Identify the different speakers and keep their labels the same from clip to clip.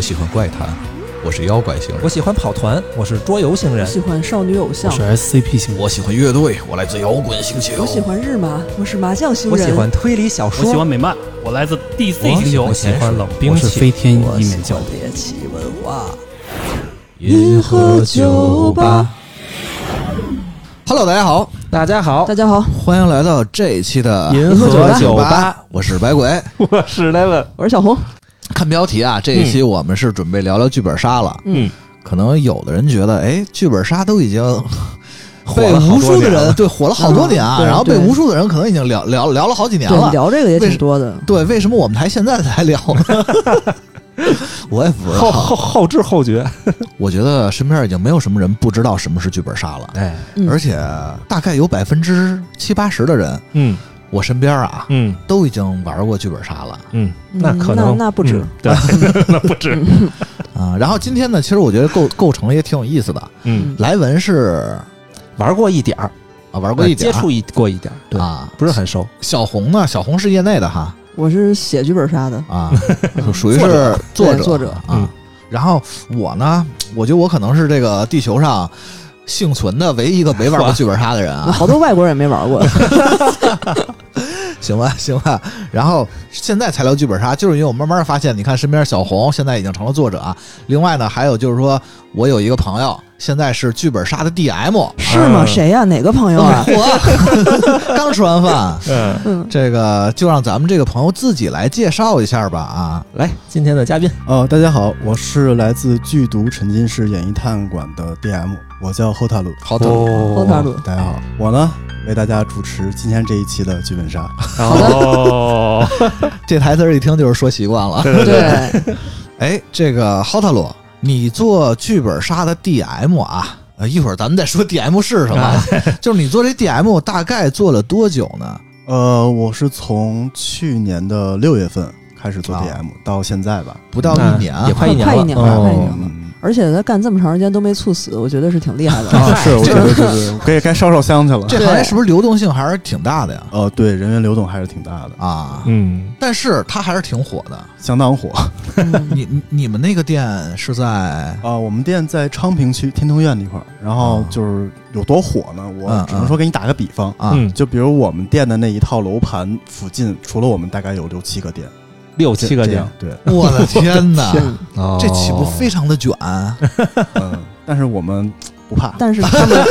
Speaker 1: 喜欢怪谈，我是妖怪星人
Speaker 2: 我；喜欢跑团，我是桌游星人。
Speaker 3: 喜欢少女偶
Speaker 4: 我
Speaker 3: 像，
Speaker 4: 是 SCP 型，
Speaker 1: 我喜欢乐队，我来自摇滚星球；
Speaker 3: 我喜欢日麻，我是麻将星
Speaker 2: 我
Speaker 3: 人，
Speaker 2: 喜欢推理小说，
Speaker 5: 我喜欢美漫，我来自 DC 星球
Speaker 2: 我。喜欢冷兵
Speaker 4: 我是
Speaker 2: 器，
Speaker 4: 飞天
Speaker 3: 我
Speaker 4: 一
Speaker 3: 喜
Speaker 4: 面教
Speaker 3: 欢。猎奇文化。
Speaker 1: 银河酒吧。Hello，大家好，
Speaker 2: 大家好
Speaker 3: 大，家好，
Speaker 1: 欢迎来到这一期的
Speaker 2: 银河酒吧
Speaker 1: 吧，我是白鬼。
Speaker 2: 我是 Levin。
Speaker 3: 我是小红。
Speaker 1: 看标题啊，这一期我们是准备聊聊剧本杀了。
Speaker 3: 嗯，
Speaker 1: 可能有的人觉得，哎，剧本杀都已经
Speaker 2: 火
Speaker 1: 被
Speaker 2: 了好
Speaker 1: 无数
Speaker 2: 多
Speaker 1: 的
Speaker 2: 年了
Speaker 1: 人对火了好多年啊，
Speaker 3: 嗯对
Speaker 1: 然后被
Speaker 3: 对
Speaker 1: 无数的人可能已经聊聊聊啊了好几年
Speaker 3: 对，
Speaker 1: 了。
Speaker 3: 聊这个也
Speaker 1: 为
Speaker 3: 挺
Speaker 1: 什
Speaker 3: 多的。
Speaker 1: 对，为什么我们还现在才聊呢？ 我也不知道。
Speaker 2: 后后后知后觉，
Speaker 1: 我觉得身边已经没有什么人不知道什么是剧本杀了，
Speaker 2: 哎，
Speaker 3: 嗯
Speaker 1: 而且大概有百分之七八十的人，
Speaker 2: 嗯
Speaker 1: 我身边啊，
Speaker 2: 嗯
Speaker 1: 都已经玩过剧本杀了
Speaker 2: 嗯，
Speaker 3: 嗯
Speaker 2: 那可能
Speaker 3: 那那不止
Speaker 2: 嗯 对，那不止，
Speaker 1: 啊。然后今天呢，其实我觉得构构成了也挺有意思的。
Speaker 2: 嗯，
Speaker 1: 莱文是
Speaker 2: 玩过一点儿，
Speaker 1: 啊玩过一点
Speaker 2: 呃接
Speaker 1: 儿
Speaker 2: 触一过一点儿，对，
Speaker 1: 啊，
Speaker 2: 不是很熟。
Speaker 1: 小红呢？小红是业内的哈
Speaker 3: 我是写剧本杀的，
Speaker 1: 啊，属于是
Speaker 3: 作者
Speaker 1: 作
Speaker 3: 对作者
Speaker 1: 啊。
Speaker 2: 嗯
Speaker 1: 然后我呢，我觉得我可能是这个地球上幸存的唯一一个没玩过剧本杀的人啊。
Speaker 3: 好多外国人也没玩过。
Speaker 1: 行吧，行吧。然后现在才聊剧本杀，就是因为我慢慢发现，你看身边小红现在已经成了作者啊。另外呢，还有就是说我有一个朋友，现在是剧本杀的 DM。
Speaker 3: 是吗？
Speaker 2: 嗯
Speaker 3: 谁呀？哪个朋友
Speaker 1: 啊
Speaker 3: 啊？
Speaker 1: 我 刚吃完饭，
Speaker 2: 嗯，
Speaker 3: 嗯，
Speaker 1: 这个就让咱们这个朋友自己来介绍一下吧啊。
Speaker 2: 来，今天的嘉宾，
Speaker 4: 呃，大家好，我是来自剧毒沉浸式演艺探馆的 DM，我叫后塔鲁。
Speaker 1: 好的，
Speaker 3: 欧塔
Speaker 2: 哦，
Speaker 3: 鲁，
Speaker 4: 大家好，我呢为大家主持今天这一期的剧本杀。
Speaker 5: 哦，
Speaker 1: 这台词儿一听就是说习惯了。
Speaker 3: 对，
Speaker 1: 哎，这个浩特鲁，你做剧本杀的 DM 啊？呃，一会儿咱们再说 DM 是什么啊。 就是你做这 DM 大概做了多久呢？
Speaker 4: 呃，我是从去年的六月份开始做
Speaker 1: 啊
Speaker 4: DM，、到现在吧。
Speaker 1: 不到
Speaker 2: 那
Speaker 1: 一年啊，
Speaker 2: 也快一年
Speaker 3: 快
Speaker 2: 了，
Speaker 3: 一年了快一
Speaker 2: 哦
Speaker 3: 年了，
Speaker 4: 嗯，
Speaker 3: 而且他干这么长时间都没猝死，我觉得是挺厉害的。
Speaker 4: 啊，是，我
Speaker 1: 这
Speaker 4: 觉得就是我该该烧烧香去 了。
Speaker 1: 这行业是不是流动性还是挺大的呀？
Speaker 4: 呃，对，人员流动还是挺大的，
Speaker 1: 啊，
Speaker 5: 嗯，
Speaker 1: 但是它还是挺火的。
Speaker 4: 相当 火。
Speaker 3: 嗯
Speaker 1: 你你你们那个店是在
Speaker 4: 啊、我们店在昌平区天通苑那块儿，然后就是有多火呢？
Speaker 1: 嗯
Speaker 4: 我只能说给你打个比方，
Speaker 1: 啊、
Speaker 5: 嗯
Speaker 4: 就比如我们店的那一套楼盘附近，除了我们大概有六七个店，
Speaker 2: 六七个
Speaker 4: 这
Speaker 2: 点
Speaker 4: 样，对，
Speaker 1: 我的天哪，
Speaker 3: 天
Speaker 2: 哦
Speaker 1: 这岂不非常的卷？
Speaker 4: 嗯，但是我们不怕，
Speaker 3: 但是他们，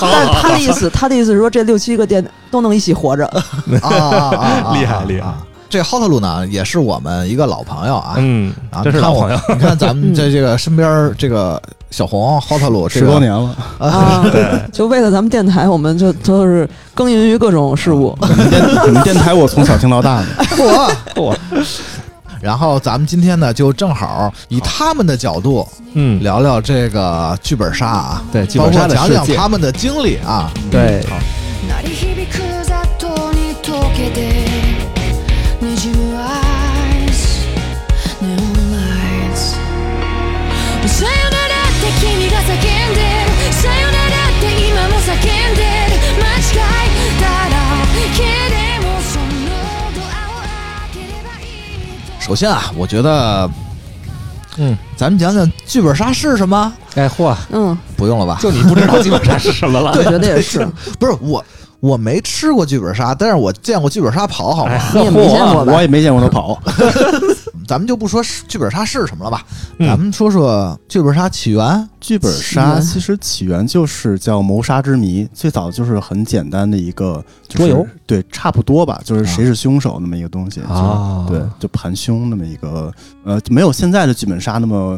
Speaker 3: 但他的意思，他的意思是说，这六七个店都能一起活着。
Speaker 1: 啊啊啊啊！
Speaker 5: 厉害厉害
Speaker 1: 啊！这浩特鲁呢，也是我们一个老朋友啊。
Speaker 5: 嗯
Speaker 1: 啊，，
Speaker 5: 真是
Speaker 1: 你看
Speaker 5: 老
Speaker 1: 我
Speaker 5: 朋友，，
Speaker 1: 你看咱们这这个身边儿这个小红、浩特鲁这
Speaker 4: 十
Speaker 1: 个
Speaker 4: 多年了，
Speaker 3: 啊，就为了咱们电台，我们就都是耕耘于各种事物。
Speaker 4: 我们电我们电台我从小听到大的，
Speaker 1: 我
Speaker 2: 嚯
Speaker 1: 然后咱们今天呢，就正好以他们的角度
Speaker 5: 嗯，
Speaker 1: 聊聊这个剧本杀啊，
Speaker 2: 对剧本杀的
Speaker 1: 包括讲
Speaker 2: 世
Speaker 1: 讲
Speaker 2: 界
Speaker 1: 他们的经历啊。
Speaker 2: 对，
Speaker 6: 鳴り響く雑踏に溶けて滲むアイスネオンライツさよならって君が叫んでるさよならって今も叫んでる間違いだらけでもそのドアを開ければいいと
Speaker 1: 首先啊，我觉得，
Speaker 2: 嗯，
Speaker 1: 咱们讲讲剧本杀是什么？
Speaker 2: 哎嚯，
Speaker 3: 嗯，
Speaker 1: 不用了吧？
Speaker 2: 就你不知道基本上是什么了，
Speaker 3: 我 觉得 也是，
Speaker 1: 不是我，我没吃过剧本杀，但是我见过剧本杀跑，
Speaker 2: 哎
Speaker 1: 好吗？
Speaker 3: 你也没
Speaker 4: 啊
Speaker 3: 见过吧
Speaker 4: 我？也没见过他 跑，
Speaker 1: 咱们就不说是剧本杀是什么了吧，
Speaker 2: 嗯
Speaker 1: 咱们说说剧本杀起源。
Speaker 4: 剧本杀其实起源就是叫谋杀之谜，最早就是很简单的一个、就是、
Speaker 2: 桌游，
Speaker 4: 对，差不多吧，就是
Speaker 1: 啊
Speaker 4: 谁是凶手那么一个东西
Speaker 2: 啊
Speaker 4: 就是对，就盘凶那么一个，呃，没有现在的剧本杀那么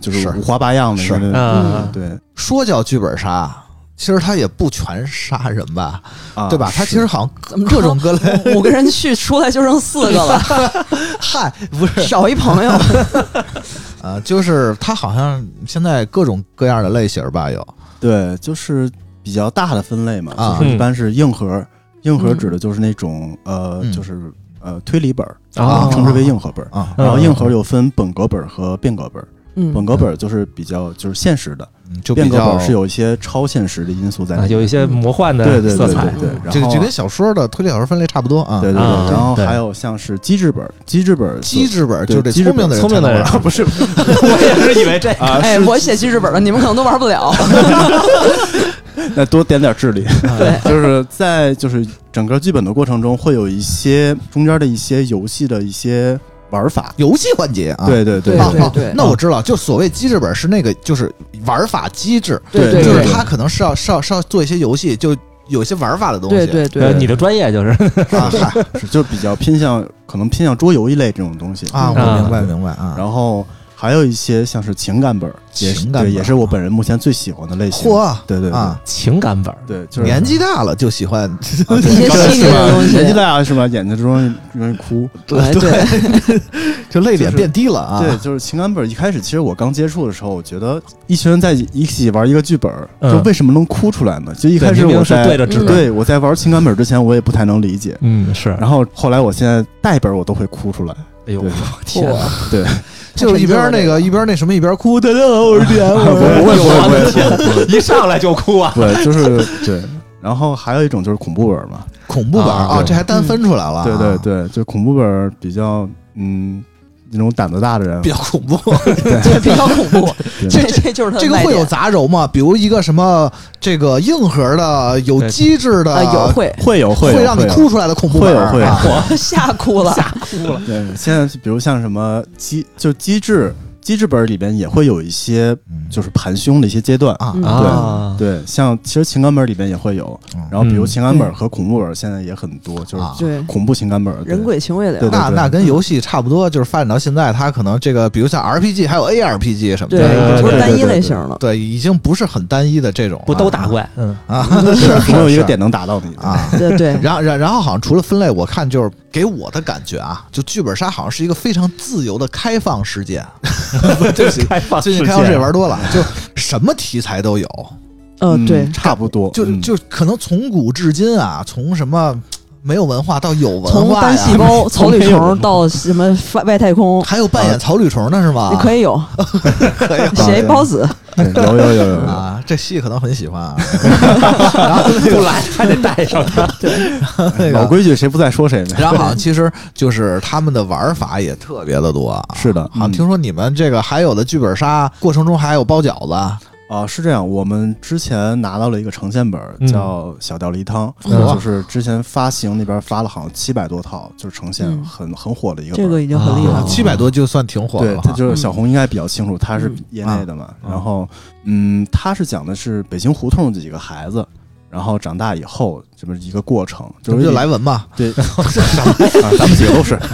Speaker 4: 就是
Speaker 1: 是
Speaker 4: 五花八样的一
Speaker 1: 是
Speaker 4: 个，
Speaker 2: 啊
Speaker 5: 嗯
Speaker 4: 对
Speaker 1: 说叫剧本杀，啊其实它也不全杀人吧，
Speaker 4: 啊，
Speaker 1: 对吧？它
Speaker 4: 是
Speaker 1: 其实好像
Speaker 3: 怎么着
Speaker 1: 各种各类。
Speaker 3: 五个人去出来就剩四个了，
Speaker 1: 嗨，不是，
Speaker 3: 少一朋友。
Speaker 1: 呃，就是它好像现在各种各样的类型吧，有
Speaker 4: 对，就是比较大的分类嘛，
Speaker 1: 啊
Speaker 4: 就是一般是硬核，硬核
Speaker 3: 嗯
Speaker 4: 指的就是那种呃，
Speaker 1: 嗯
Speaker 4: 就是呃推理本儿，
Speaker 1: 啊
Speaker 4: 称之为硬核本儿。
Speaker 1: 啊
Speaker 4: 然后硬核有分本格本儿和变革本儿，
Speaker 3: 嗯
Speaker 4: 本格本儿就是比较就是现实的，
Speaker 1: 嗯就
Speaker 4: 变
Speaker 1: 比
Speaker 4: 革
Speaker 1: 较
Speaker 4: 本是有一些超现实的因素在里
Speaker 2: 啊
Speaker 4: 面，
Speaker 2: 有一些魔幻
Speaker 4: 对
Speaker 2: 的
Speaker 4: 对
Speaker 2: 色
Speaker 4: 对对
Speaker 2: 彩。
Speaker 4: 对，然
Speaker 1: 这个
Speaker 4: 后
Speaker 1: 就跟小说的推理小说分类差不多啊。
Speaker 4: 对对对，
Speaker 2: 啊
Speaker 4: 然后
Speaker 2: 对
Speaker 4: 还有像是机制本，机制本
Speaker 1: 机制本
Speaker 4: 对
Speaker 1: 就是这
Speaker 4: 机制
Speaker 1: 聪明
Speaker 4: 本
Speaker 1: 的人，
Speaker 2: 聪明的人，
Speaker 1: 不是
Speaker 2: 我也是以为这
Speaker 4: 啊，
Speaker 3: 哎，
Speaker 4: 是
Speaker 3: 我写记事本了，你们可能都玩不了。
Speaker 4: 那多点点智力，
Speaker 3: 对，
Speaker 4: 就是在就是整个剧本的过程中，会有一些中间的一些游戏的一些玩法。
Speaker 1: 游戏环节啊。
Speaker 4: 对对对
Speaker 3: 对
Speaker 1: 啊
Speaker 4: 对
Speaker 1: 啊
Speaker 3: 对
Speaker 1: 那我知道，就所谓机制本是那个，就是玩法机制，
Speaker 3: 对对
Speaker 1: 就是
Speaker 3: 对
Speaker 1: 他可能是要是要是要做一些游戏，就有一些玩法的东西。
Speaker 3: 对对
Speaker 2: 呃
Speaker 3: 对，
Speaker 2: 你的专业就是
Speaker 1: 啊嗨
Speaker 4: 是就比较偏向可能偏向桌游一类这种东西
Speaker 1: 啊，
Speaker 2: 嗯
Speaker 1: 我明白明白啊。
Speaker 4: 然后还有一些像是情感本儿，也是
Speaker 1: 情感本儿
Speaker 4: 对，也是我本人目前最喜欢的类型。
Speaker 1: 嚯，
Speaker 4: 对对对
Speaker 1: 啊，
Speaker 2: 情感本儿，
Speaker 4: 对，就是
Speaker 1: 年纪大了就喜欢
Speaker 4: 啊对
Speaker 3: 一些细腻的
Speaker 4: 是吧
Speaker 3: 东西
Speaker 4: 年纪大了是吧？眼睛容易容易哭。
Speaker 3: 对对，
Speaker 1: 就泪点变低了啊。
Speaker 4: 对，就是情感本儿。一开始其实我刚接触的时候，我觉得一群人在一起玩一个剧本儿，
Speaker 2: 嗯
Speaker 4: 就为什么能哭出来呢？就一
Speaker 2: 一
Speaker 4: 开始我
Speaker 2: 是
Speaker 4: 在
Speaker 2: 对着指的，
Speaker 3: 嗯
Speaker 4: 对我在玩情感本儿之前，我也不太能理解。
Speaker 2: 嗯是，
Speaker 4: 然后后来，我现在带本儿我都会哭出来。
Speaker 2: 哎呦
Speaker 4: 对
Speaker 2: 天啊，
Speaker 4: 对，
Speaker 1: 就是一边那个一边那什么一边哭，大家好，我是 DM，
Speaker 4: 不
Speaker 1: 我
Speaker 4: 会不会不会不会，
Speaker 2: 一上来就哭啊，
Speaker 4: 对，就是对。然后还有一种就是恐怖本儿嘛，
Speaker 1: 恐怖本儿
Speaker 2: 啊
Speaker 1: 啊，这还单分出来了啊，
Speaker 4: 对对对，就恐怖本儿比较嗯那种胆子大的人
Speaker 1: 比，较恐 怖。
Speaker 3: 这比较恐怖，
Speaker 4: 对
Speaker 3: 这这就是它的
Speaker 1: 这个
Speaker 3: 卖
Speaker 1: 会有
Speaker 3: 点
Speaker 1: 杂糅吗？比如一个什么这个硬核的、有
Speaker 2: 对
Speaker 1: 机制的，
Speaker 3: 啊，有 会
Speaker 4: 会有会
Speaker 1: 会
Speaker 4: 有
Speaker 1: 让你
Speaker 4: 有
Speaker 1: 哭出来的恐怖本儿
Speaker 4: 会有
Speaker 1: 啊
Speaker 4: 会 有
Speaker 3: 吓哭了，
Speaker 4: 对，现在比如像什么机就机制机制本儿里边也会有一些
Speaker 1: 嗯
Speaker 4: 就是盘凶的一些阶段
Speaker 1: 啊
Speaker 3: 嗯
Speaker 2: 啊，
Speaker 4: 对，像其实情感本儿里边也会有
Speaker 1: 嗯，
Speaker 4: 然后比如
Speaker 2: 嗯
Speaker 4: 情感本儿和恐怖本儿现在也很多，就是
Speaker 1: 啊
Speaker 3: 对，
Speaker 4: 恐怖情感本儿，对
Speaker 3: 人鬼情未了，
Speaker 4: 对
Speaker 1: 那那跟游戏差不多，就是发展到现在，它可能这个，比如像 RPG 还有 ARPG 什么
Speaker 3: 对，
Speaker 1: 的，
Speaker 2: 对
Speaker 3: 已经不是
Speaker 4: 对
Speaker 3: 单一
Speaker 4: 对
Speaker 3: 类
Speaker 4: 对
Speaker 3: 型了。
Speaker 1: 对，已经不是很单一的这种了，
Speaker 2: 不都打怪，嗯，
Speaker 1: 啊？
Speaker 4: 对
Speaker 1: 是
Speaker 4: 总有一
Speaker 1: 是
Speaker 4: 个点能打到你。
Speaker 1: 啊。
Speaker 3: 对对，
Speaker 1: 然后然然后好像除了分类，我看就是给我的感觉啊，就剧本杀好像是一个非常自由的开放世界。
Speaker 4: 啊
Speaker 1: 对不起，
Speaker 2: 开放
Speaker 1: 最近
Speaker 2: 世
Speaker 1: 开放世界
Speaker 2: 界
Speaker 1: 玩多了，就什么题材都有，
Speaker 3: 嗯对
Speaker 4: 嗯，差不多，
Speaker 1: 就
Speaker 4: 嗯
Speaker 1: 就可能从古至今啊，从什么没有文化到有文
Speaker 3: 从
Speaker 1: 化
Speaker 3: 单
Speaker 1: 呀
Speaker 3: 细胞草
Speaker 2: 从
Speaker 3: 履
Speaker 2: 没有
Speaker 3: 虫到什么外外太空，
Speaker 1: 还有扮演草履虫的是吗？
Speaker 3: 你可以有，写一包子，
Speaker 4: 对嗯有有有有 有，
Speaker 1: 啊，这戏可能很喜欢啊。
Speaker 4: 啊
Speaker 2: 不来还得带上它，
Speaker 1: 那
Speaker 4: 老
Speaker 1: 个，
Speaker 4: 规矩谁不在说谁呢？
Speaker 1: 然后好像其实就是他们的玩法也特别的多啊。
Speaker 4: 是的
Speaker 1: 好像
Speaker 4: 嗯
Speaker 1: 听说你们这个还有的剧本杀过程中还有包饺子，
Speaker 4: 啊，是这样，我们之前拿到了一个呈现本儿，
Speaker 2: 嗯
Speaker 4: 叫《小吊梨汤》，
Speaker 2: 嗯
Speaker 4: 就是之前发行那边发了好像七百多套，就是呈现
Speaker 3: 嗯
Speaker 4: 很很火的一个本
Speaker 3: 这
Speaker 4: 儿。
Speaker 3: 个已经很厉害
Speaker 2: 啊
Speaker 3: 了。
Speaker 1: 七百多就算挺火的
Speaker 4: 哦对
Speaker 1: 了，
Speaker 2: 嗯
Speaker 4: 他
Speaker 1: 哈。
Speaker 4: 就是小红应该比较清楚，他是
Speaker 3: 嗯
Speaker 4: 业内的嘛。
Speaker 2: 啊
Speaker 4: 然后，嗯，他是讲的是北京胡同的几个孩子，然后长大以后这么一个过程，
Speaker 1: 这
Speaker 4: 就
Speaker 1: 不
Speaker 4: 是
Speaker 1: 就莱文嘛？
Speaker 4: 对，啊 咱们几个都是。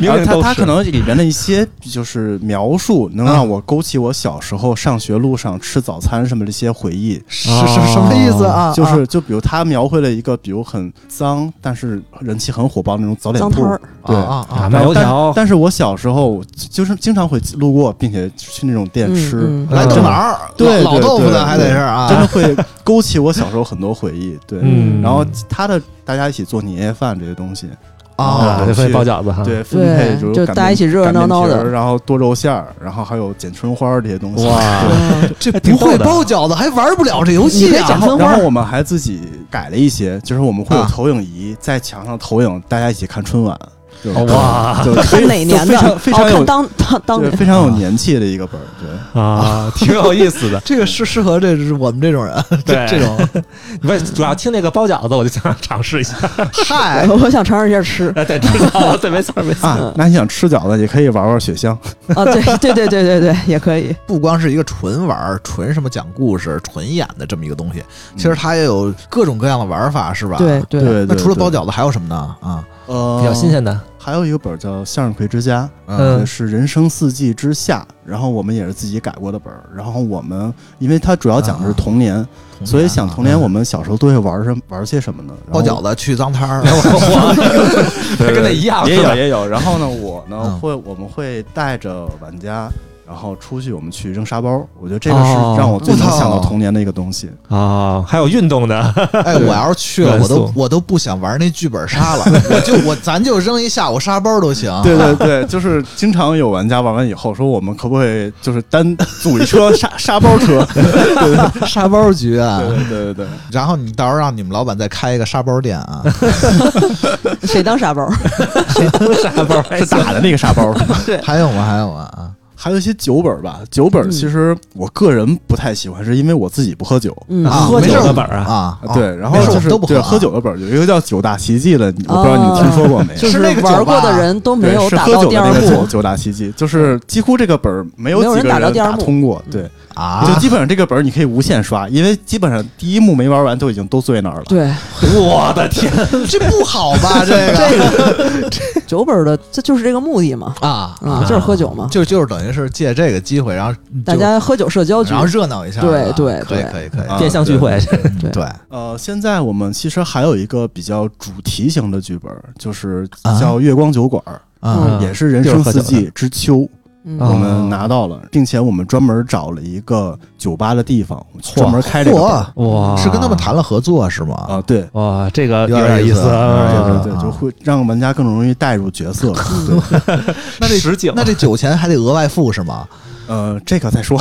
Speaker 2: 明
Speaker 4: 然后
Speaker 2: 明
Speaker 4: 他
Speaker 2: 都
Speaker 4: 他
Speaker 2: 是啊
Speaker 4: 可能里边的一些就是描述，能让我勾起我小时候上学路上吃早餐什么的一些回忆。
Speaker 1: 是是什么意思啊？
Speaker 4: 就是就比如他描绘了一个比如很脏，但是人气很火爆那种早点
Speaker 3: 脏
Speaker 4: 铺
Speaker 3: 摊儿，
Speaker 1: 啊啊
Speaker 2: 啊
Speaker 1: 啊！
Speaker 2: 卖
Speaker 4: 然后
Speaker 2: 油
Speaker 4: 但
Speaker 2: 条
Speaker 4: 但是我小时候就是经常会路过，并且去那种店
Speaker 3: 嗯
Speaker 4: 吃，
Speaker 3: 嗯
Speaker 1: 来豆
Speaker 2: 嗯
Speaker 1: 脑儿，
Speaker 4: 对
Speaker 1: 老老
Speaker 4: 对
Speaker 1: 豆腐
Speaker 4: 对
Speaker 1: 的还得是啊，
Speaker 4: 真的会勾起我小时候很多回 忆。对，
Speaker 2: 嗯
Speaker 4: 然后他的大家一起做年夜饭这些东西，
Speaker 1: 啊
Speaker 2: 啊，就分包饺子哈，
Speaker 4: 对，分配
Speaker 3: 对
Speaker 4: 就，
Speaker 3: 就
Speaker 4: 擀面
Speaker 3: 大家一起热热闹闹
Speaker 4: 擀面皮儿
Speaker 3: 的，
Speaker 4: 然后多肉馅儿，然后还有剪春花儿这些东西。
Speaker 2: 哇
Speaker 4: 对
Speaker 3: 嗯
Speaker 1: 这
Speaker 2: 哎挺
Speaker 1: 不
Speaker 2: 逗
Speaker 1: 会
Speaker 2: 的
Speaker 1: 包饺子还玩不了这游
Speaker 3: 你可
Speaker 1: 戏
Speaker 3: 以
Speaker 1: 啊
Speaker 3: 讲！
Speaker 4: 然后，
Speaker 3: 分花儿
Speaker 4: 然后我们还自己改了一些，就是我们会有
Speaker 1: 啊。
Speaker 4: 投影仪在墙上投影，大家一起看春晚。对
Speaker 2: 哦哇
Speaker 4: 就
Speaker 3: 看哪年的？
Speaker 4: 就
Speaker 3: 哦
Speaker 4: 非常非常有
Speaker 3: 看当当当
Speaker 4: 对
Speaker 3: 年
Speaker 4: 非常有年气的一个本儿。对，
Speaker 2: 啊， 挺有意思的
Speaker 1: 这个是适合这我们这种人，这
Speaker 2: 对
Speaker 1: 这种
Speaker 2: 不是，主要听那个包饺子，我就想尝试一 下。
Speaker 1: 嗨，
Speaker 3: 我想尝试一下吃
Speaker 2: 哎，对，知道了，对，没错，没错。
Speaker 4: 啊，
Speaker 3: 嗯
Speaker 4: 那你想吃饺子也可以玩玩雪乡，
Speaker 3: 啊！对对对对对对，也可以。
Speaker 1: 不光是一个纯玩儿、纯什么讲故事、纯演的这么一个东西，
Speaker 2: 嗯
Speaker 1: 其实它也有各种各样的玩法，是吧？
Speaker 3: 对。对
Speaker 4: 啊对对，
Speaker 1: 那除了
Speaker 4: 对
Speaker 1: 包饺子还有什么呢？啊，
Speaker 4: 呃
Speaker 2: 比较新，鲜的，
Speaker 4: 还有一个本儿叫《向日葵之家》，
Speaker 2: 嗯
Speaker 4: 呃是人生四季之下，然后我们也是自己改过的本儿。然后我们因为它主要讲的是童年，
Speaker 1: 童年啊
Speaker 4: 所以想童
Speaker 2: 嗯
Speaker 4: 年我们小时候都会玩什玩些什么呢？
Speaker 1: 包饺
Speaker 4: 子
Speaker 1: 子、去脏摊儿，
Speaker 2: 跟那一样
Speaker 4: 也
Speaker 2: 是吧
Speaker 4: 有也有。然后呢，我呢
Speaker 1: 嗯
Speaker 4: 会我们会带着玩家然后出去我们去扔沙包，我觉得这个是
Speaker 2: 哦
Speaker 4: 让我最能
Speaker 1: 我操
Speaker 4: 想到童年的一个东西。
Speaker 2: 啊，还有运动的，
Speaker 1: 哎，我要是去了，
Speaker 2: 元
Speaker 1: 我
Speaker 2: 素
Speaker 1: 都我都不想玩那剧本杀了，我就我咱就扔一下午沙包都行。
Speaker 4: 对对对， 就是经常有玩家玩完以后说，我们可不可以就是单组一车 沙沙包车？
Speaker 1: 啊沙包局啊，
Speaker 4: 对对对对对，
Speaker 1: 然后你到时候让你们老板再开一个沙包店啊，
Speaker 3: 谁当沙
Speaker 4: 啊
Speaker 3: 包？
Speaker 2: 沙包
Speaker 1: 哎
Speaker 2: 还
Speaker 4: 是打的那个沙包。
Speaker 1: 还有吗？还有吗？啊，
Speaker 4: 还有一些酒本吧，酒
Speaker 1: 嗯
Speaker 4: 本其实我个人不太喜欢，是因为我自己不喝酒。
Speaker 3: 嗯
Speaker 1: 啊
Speaker 2: 喝
Speaker 1: 没事
Speaker 2: 酒
Speaker 1: 儿
Speaker 2: 的本儿啊，
Speaker 1: 啊，啊
Speaker 4: 对，然后
Speaker 1: 没事
Speaker 4: 就
Speaker 1: 我们
Speaker 4: 是
Speaker 1: 都不
Speaker 4: 对
Speaker 1: 啊
Speaker 4: 喝酒的本儿有一个叫九大奇迹的，我不知道你听说过没？
Speaker 3: 就是
Speaker 1: 那个酒吧
Speaker 3: 玩过的人都没有
Speaker 4: 对，是
Speaker 3: 打
Speaker 4: 喝
Speaker 3: 到
Speaker 4: 酒
Speaker 3: 第
Speaker 4: 的
Speaker 3: 二
Speaker 4: 那个酒
Speaker 3: 步，
Speaker 4: 九大奇迹，就是几乎这个本儿没有
Speaker 3: 没有
Speaker 4: 几
Speaker 3: 人
Speaker 4: 个
Speaker 3: 打到
Speaker 4: 人
Speaker 3: 第二
Speaker 4: 打
Speaker 3: 幕嗯
Speaker 4: 通过，对， 就
Speaker 1: 啊，
Speaker 4: 基本上这个本儿你可以无限刷，因为基本上第一幕没玩完都已经都醉那儿了。
Speaker 3: 对，
Speaker 2: 我的天，
Speaker 1: 这不好 吧？这个
Speaker 3: 这个酒本儿的，这就是这个目的嘛，
Speaker 1: 啊，
Speaker 3: 啊，就是喝酒嘛，
Speaker 1: 就就是等于是借这个机会，然后
Speaker 3: 大家喝酒社交局
Speaker 1: 然，后热闹一下，
Speaker 3: 对
Speaker 1: 啊
Speaker 3: 对
Speaker 1: 可以
Speaker 3: 对
Speaker 1: 可以可以，
Speaker 4: 啊
Speaker 2: 变相聚会，
Speaker 3: 对
Speaker 1: 对，啊
Speaker 4: 呃，现在我们其实还有一个比较主题型的剧本儿，就是
Speaker 1: 啊
Speaker 4: 叫《月光酒馆儿
Speaker 1: 嗯》，
Speaker 3: 啊
Speaker 2: 嗯
Speaker 4: 也是人
Speaker 2: 就是
Speaker 4: 生
Speaker 2: 喝
Speaker 4: 四
Speaker 2: 酒的
Speaker 4: 季之秋，
Speaker 3: 嗯
Speaker 4: 我
Speaker 2: 哦
Speaker 4: 们拿到了，并且我们专门找了一个酒吧的地方，专门开这个本儿
Speaker 1: 嚯，
Speaker 2: 哇，
Speaker 1: 是跟他们谈了合作是吗？
Speaker 4: 啊，对。
Speaker 2: 哇，这个
Speaker 1: 有点
Speaker 2: 点
Speaker 1: 意思
Speaker 2: 思
Speaker 1: 啊
Speaker 4: 对
Speaker 2: 啊
Speaker 4: 对
Speaker 1: 啊
Speaker 4: 对，就会让玩家更容易带入角色。 对，
Speaker 3: 嗯
Speaker 1: 那这
Speaker 2: 实景
Speaker 1: 那这酒钱还得额外付是吗？
Speaker 4: 呃，这个再说。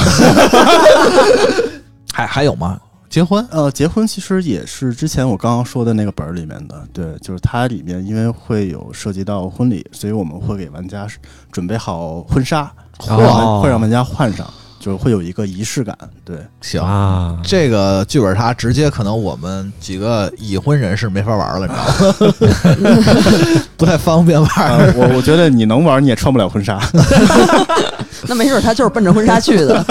Speaker 1: 还还有吗？结婚
Speaker 4: 呃，结婚其实也是之前我刚刚说的那个本儿里面的，对，就是它里面因为会有涉及到婚礼，所以我们会给玩家准备好婚纱，会让玩
Speaker 2: 哦
Speaker 4: 会让玩家换上，就是会有一个仪式感。 对，
Speaker 1: 行。
Speaker 2: 啊，
Speaker 1: 这个剧本杀直接可能我们几个已婚人士没法玩了，你知道 吗？不太方便玩
Speaker 4: 呃
Speaker 1: 儿。
Speaker 4: 我我觉得你能玩，你也穿不了婚 纱。
Speaker 3: 那没准儿他就是奔着婚纱去的，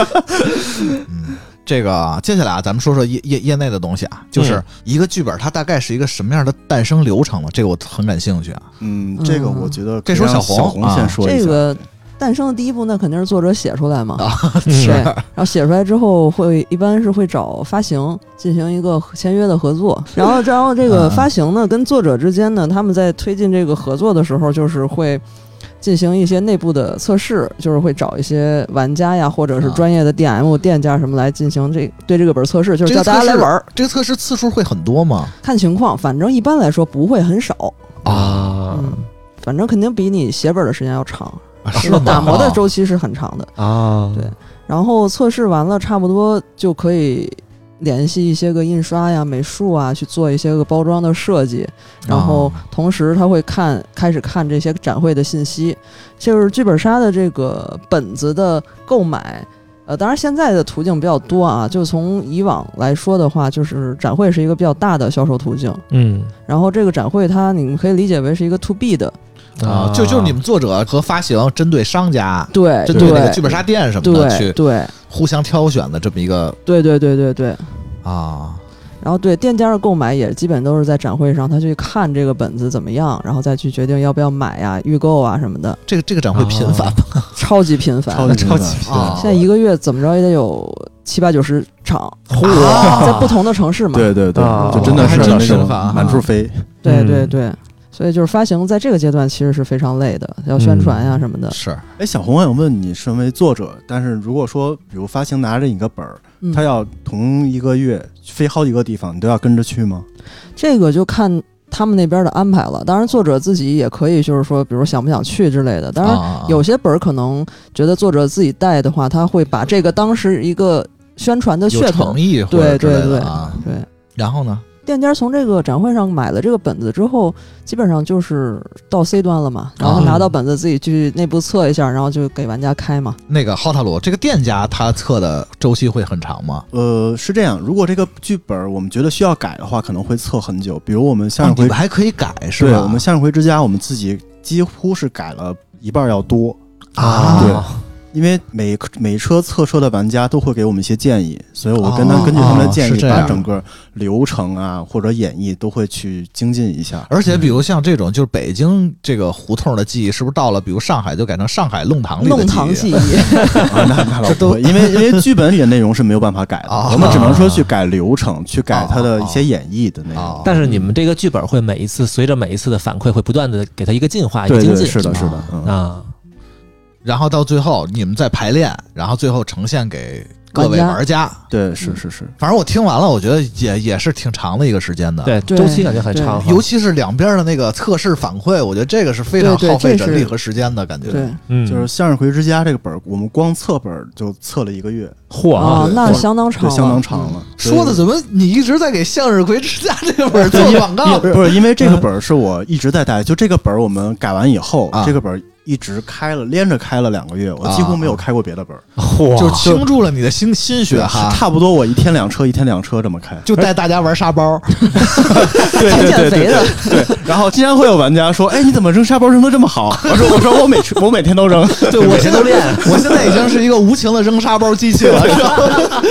Speaker 1: 这个啊接下来啊，咱们说说业业业内的东西啊，
Speaker 3: 嗯
Speaker 1: 就是一个剧本它大概是一个什么样的诞生流程呢？这个我很感兴趣啊。
Speaker 4: 嗯，这个我觉得
Speaker 1: 这
Speaker 4: 可以
Speaker 1: 时候
Speaker 4: 让
Speaker 1: 小
Speaker 4: 小
Speaker 1: 红啊
Speaker 4: 先 说一下。
Speaker 3: 这个。诞生的第一步，那肯定是作者写出来嘛，
Speaker 1: 啊
Speaker 2: 是啊
Speaker 3: 对。然后写出来之后会，一般是会找发行进行一个签约的合作。然后，然后这个发行呢，跟作者之间呢，他们在推进这个合作的时候，就是会进行一些内部的测试，就是会找一些玩家呀，或者是
Speaker 1: 啊
Speaker 3: 专业的 DM、店家什么来进行这对这个本儿测试，就是叫大家来玩儿，
Speaker 1: 这个测试次数会很多吗？
Speaker 3: 看情况。反正一般来说不会很少，
Speaker 2: 啊
Speaker 3: 嗯，反正肯定比你写本儿的时间要长，
Speaker 1: 啊
Speaker 3: 这
Speaker 1: 是
Speaker 3: 个
Speaker 1: 吗？
Speaker 3: 打磨的周期是很长的。
Speaker 1: 嗯
Speaker 2: 啊，
Speaker 3: 对然后测试完了，差不多就可以联系一些个印刷呀、美术啊，去做一些个包装的设计。然后同时他会看，开始看这些展会的信息，就是剧本杀的这个本子的购买。呃，当然现在的途径比较多啊，就从以往来说的话，就是展会是一个比较大的销售途径。
Speaker 2: 嗯
Speaker 3: 然后这个展会它，你们可以理解为是一个 to B 的，
Speaker 1: 啊，就就是你们作者和发行针对商家。
Speaker 3: 对
Speaker 1: 针
Speaker 3: 对
Speaker 1: 对那个剧本杀店什么的
Speaker 3: 对
Speaker 1: 去
Speaker 3: 对
Speaker 1: 互相挑选的这么一个
Speaker 3: 对对对对对。
Speaker 1: 啊，
Speaker 3: 然后对店家的购买也基本都是在展会上，他去看这个本子怎么样，然后再去决定要不要买呀、预购啊什么的，
Speaker 1: 这个这个展会频
Speaker 3: 啊
Speaker 1: 繁吗？
Speaker 3: 超级频繁。
Speaker 4: 级
Speaker 2: 超
Speaker 4: 频
Speaker 2: 级
Speaker 4: 繁
Speaker 1: 啊
Speaker 3: 现在一个月怎么着也得有七八九十场，
Speaker 1: 啊
Speaker 2: 嚯
Speaker 3: 在不同的城市嘛。
Speaker 4: 对对对，
Speaker 2: 啊
Speaker 4: 就真的是
Speaker 1: 还真
Speaker 4: 那
Speaker 1: 频
Speaker 4: 种
Speaker 1: 繁啊
Speaker 4: 满处飞。
Speaker 3: 对
Speaker 2: 嗯
Speaker 3: 对对所以就是发行在这个阶段其实是非常累的，要宣传
Speaker 1: 嗯
Speaker 3: 呀、什么的。
Speaker 1: 是
Speaker 4: 哎，小红，我想问你，身为作者，但是如果说，比如发行拿着你个本儿，
Speaker 3: 嗯
Speaker 4: 他要同一个月飞好几个地方，你都要跟着去吗？
Speaker 3: 这个就看他们那边的安排了。当然，作者自己也可以就是说，比如想不想去之类的。当然，
Speaker 1: 啊
Speaker 3: 有些本儿可能觉得作者自己带的话，他会把这个当时一个宣传的
Speaker 1: 有
Speaker 3: 噱头
Speaker 1: 诚。意或者之类的啊。
Speaker 3: 对，
Speaker 1: 然后呢？
Speaker 3: 店家从这个展会上买了这个本子之后，基本上就是到 C 端了嘛，然后他拿到本子自己去内部测一下，然后就给玩家开嘛。
Speaker 1: 那个浩塔罗这个店家他测的周期会很长吗？
Speaker 4: 呃，是这样，如果这个剧本儿我们觉得需要改的话，可能会测很久。比如我们向
Speaker 1: 啊
Speaker 4: 日
Speaker 1: 你
Speaker 4: 葵
Speaker 1: 们，还可以改是
Speaker 4: 对，
Speaker 1: 吧？
Speaker 4: 我们向日葵之家，我们自己几乎是改了一半儿要多，
Speaker 1: 啊，
Speaker 4: 对因为每每车测车的玩家都会给我们一些建议，所以我跟他、
Speaker 1: 哦
Speaker 4: 根据他们的建
Speaker 1: 哦是
Speaker 4: 议，
Speaker 1: 这样
Speaker 4: 把整个流程啊或者演绎都会去精进一 下。
Speaker 1: 而且比如像这种就是北京这个胡同的记忆，是不是到了比如上海就改成上海弄堂里的
Speaker 3: 弄堂
Speaker 1: 记
Speaker 3: 记
Speaker 1: 忆？
Speaker 3: 忆，
Speaker 4: 啊，那那倒
Speaker 1: 这都
Speaker 4: 不会， 因为因为剧本里的内容是没有办法改的，
Speaker 1: 啊
Speaker 4: 我们只能说去改流程，去改它的一些演绎的内
Speaker 1: 啊
Speaker 4: 容。
Speaker 2: 但是你们这个剧本会每一次随着每一次的反馈，会不断的给它一个进化、一啊
Speaker 4: 对
Speaker 2: 个精
Speaker 4: 对，
Speaker 2: 进，
Speaker 4: 是的，是的，嗯
Speaker 2: 啊，
Speaker 1: 然后到最后你们再排练，然后最后呈现给各位
Speaker 3: 玩家
Speaker 1: 玩家。
Speaker 4: 对，是是是，
Speaker 1: 反正我听完了，我觉得也也是挺长的一个时间的。
Speaker 2: 对，
Speaker 3: 对
Speaker 2: 周期感觉很长啊哈，
Speaker 1: 尤其是两边的那个测试反馈，我觉得这个是非常
Speaker 3: 对对
Speaker 1: 耗费
Speaker 3: 这
Speaker 1: 人力
Speaker 3: 是
Speaker 1: 和时间的感觉。
Speaker 3: 对
Speaker 2: 嗯
Speaker 4: 就是《向日葵之家》这个本儿，我们光测本儿就测了一个月，
Speaker 2: 嚯啊
Speaker 3: 啊，那
Speaker 4: 对
Speaker 3: 相当长
Speaker 4: 对，
Speaker 3: 了，
Speaker 4: 相当长了。
Speaker 1: 说的
Speaker 4: 对哎
Speaker 1: 怎么你一直在给《向日葵之家》这本儿做广告似的？
Speaker 4: 不是因为这个本儿是我一直在带，就这个本儿我们改完以后，
Speaker 1: 啊
Speaker 4: 这个本儿一直开了，连着开了两个月，我几乎没有开过别的本儿，
Speaker 2: 嚯，
Speaker 1: 就倾注了你的心心血
Speaker 4: 是
Speaker 1: 哈，
Speaker 4: 差不多我一天两车，一天两车这么开。
Speaker 1: 就带大家玩沙包。
Speaker 4: 哎对
Speaker 3: 挺减肥的，
Speaker 4: 对，然后经常会有玩家说：“哎，你怎么扔沙包扔的这么好？”我说：“我说我每我每天都扔。
Speaker 1: 对我现在练，我现在已经是一个无情的扔沙包机器了。是吧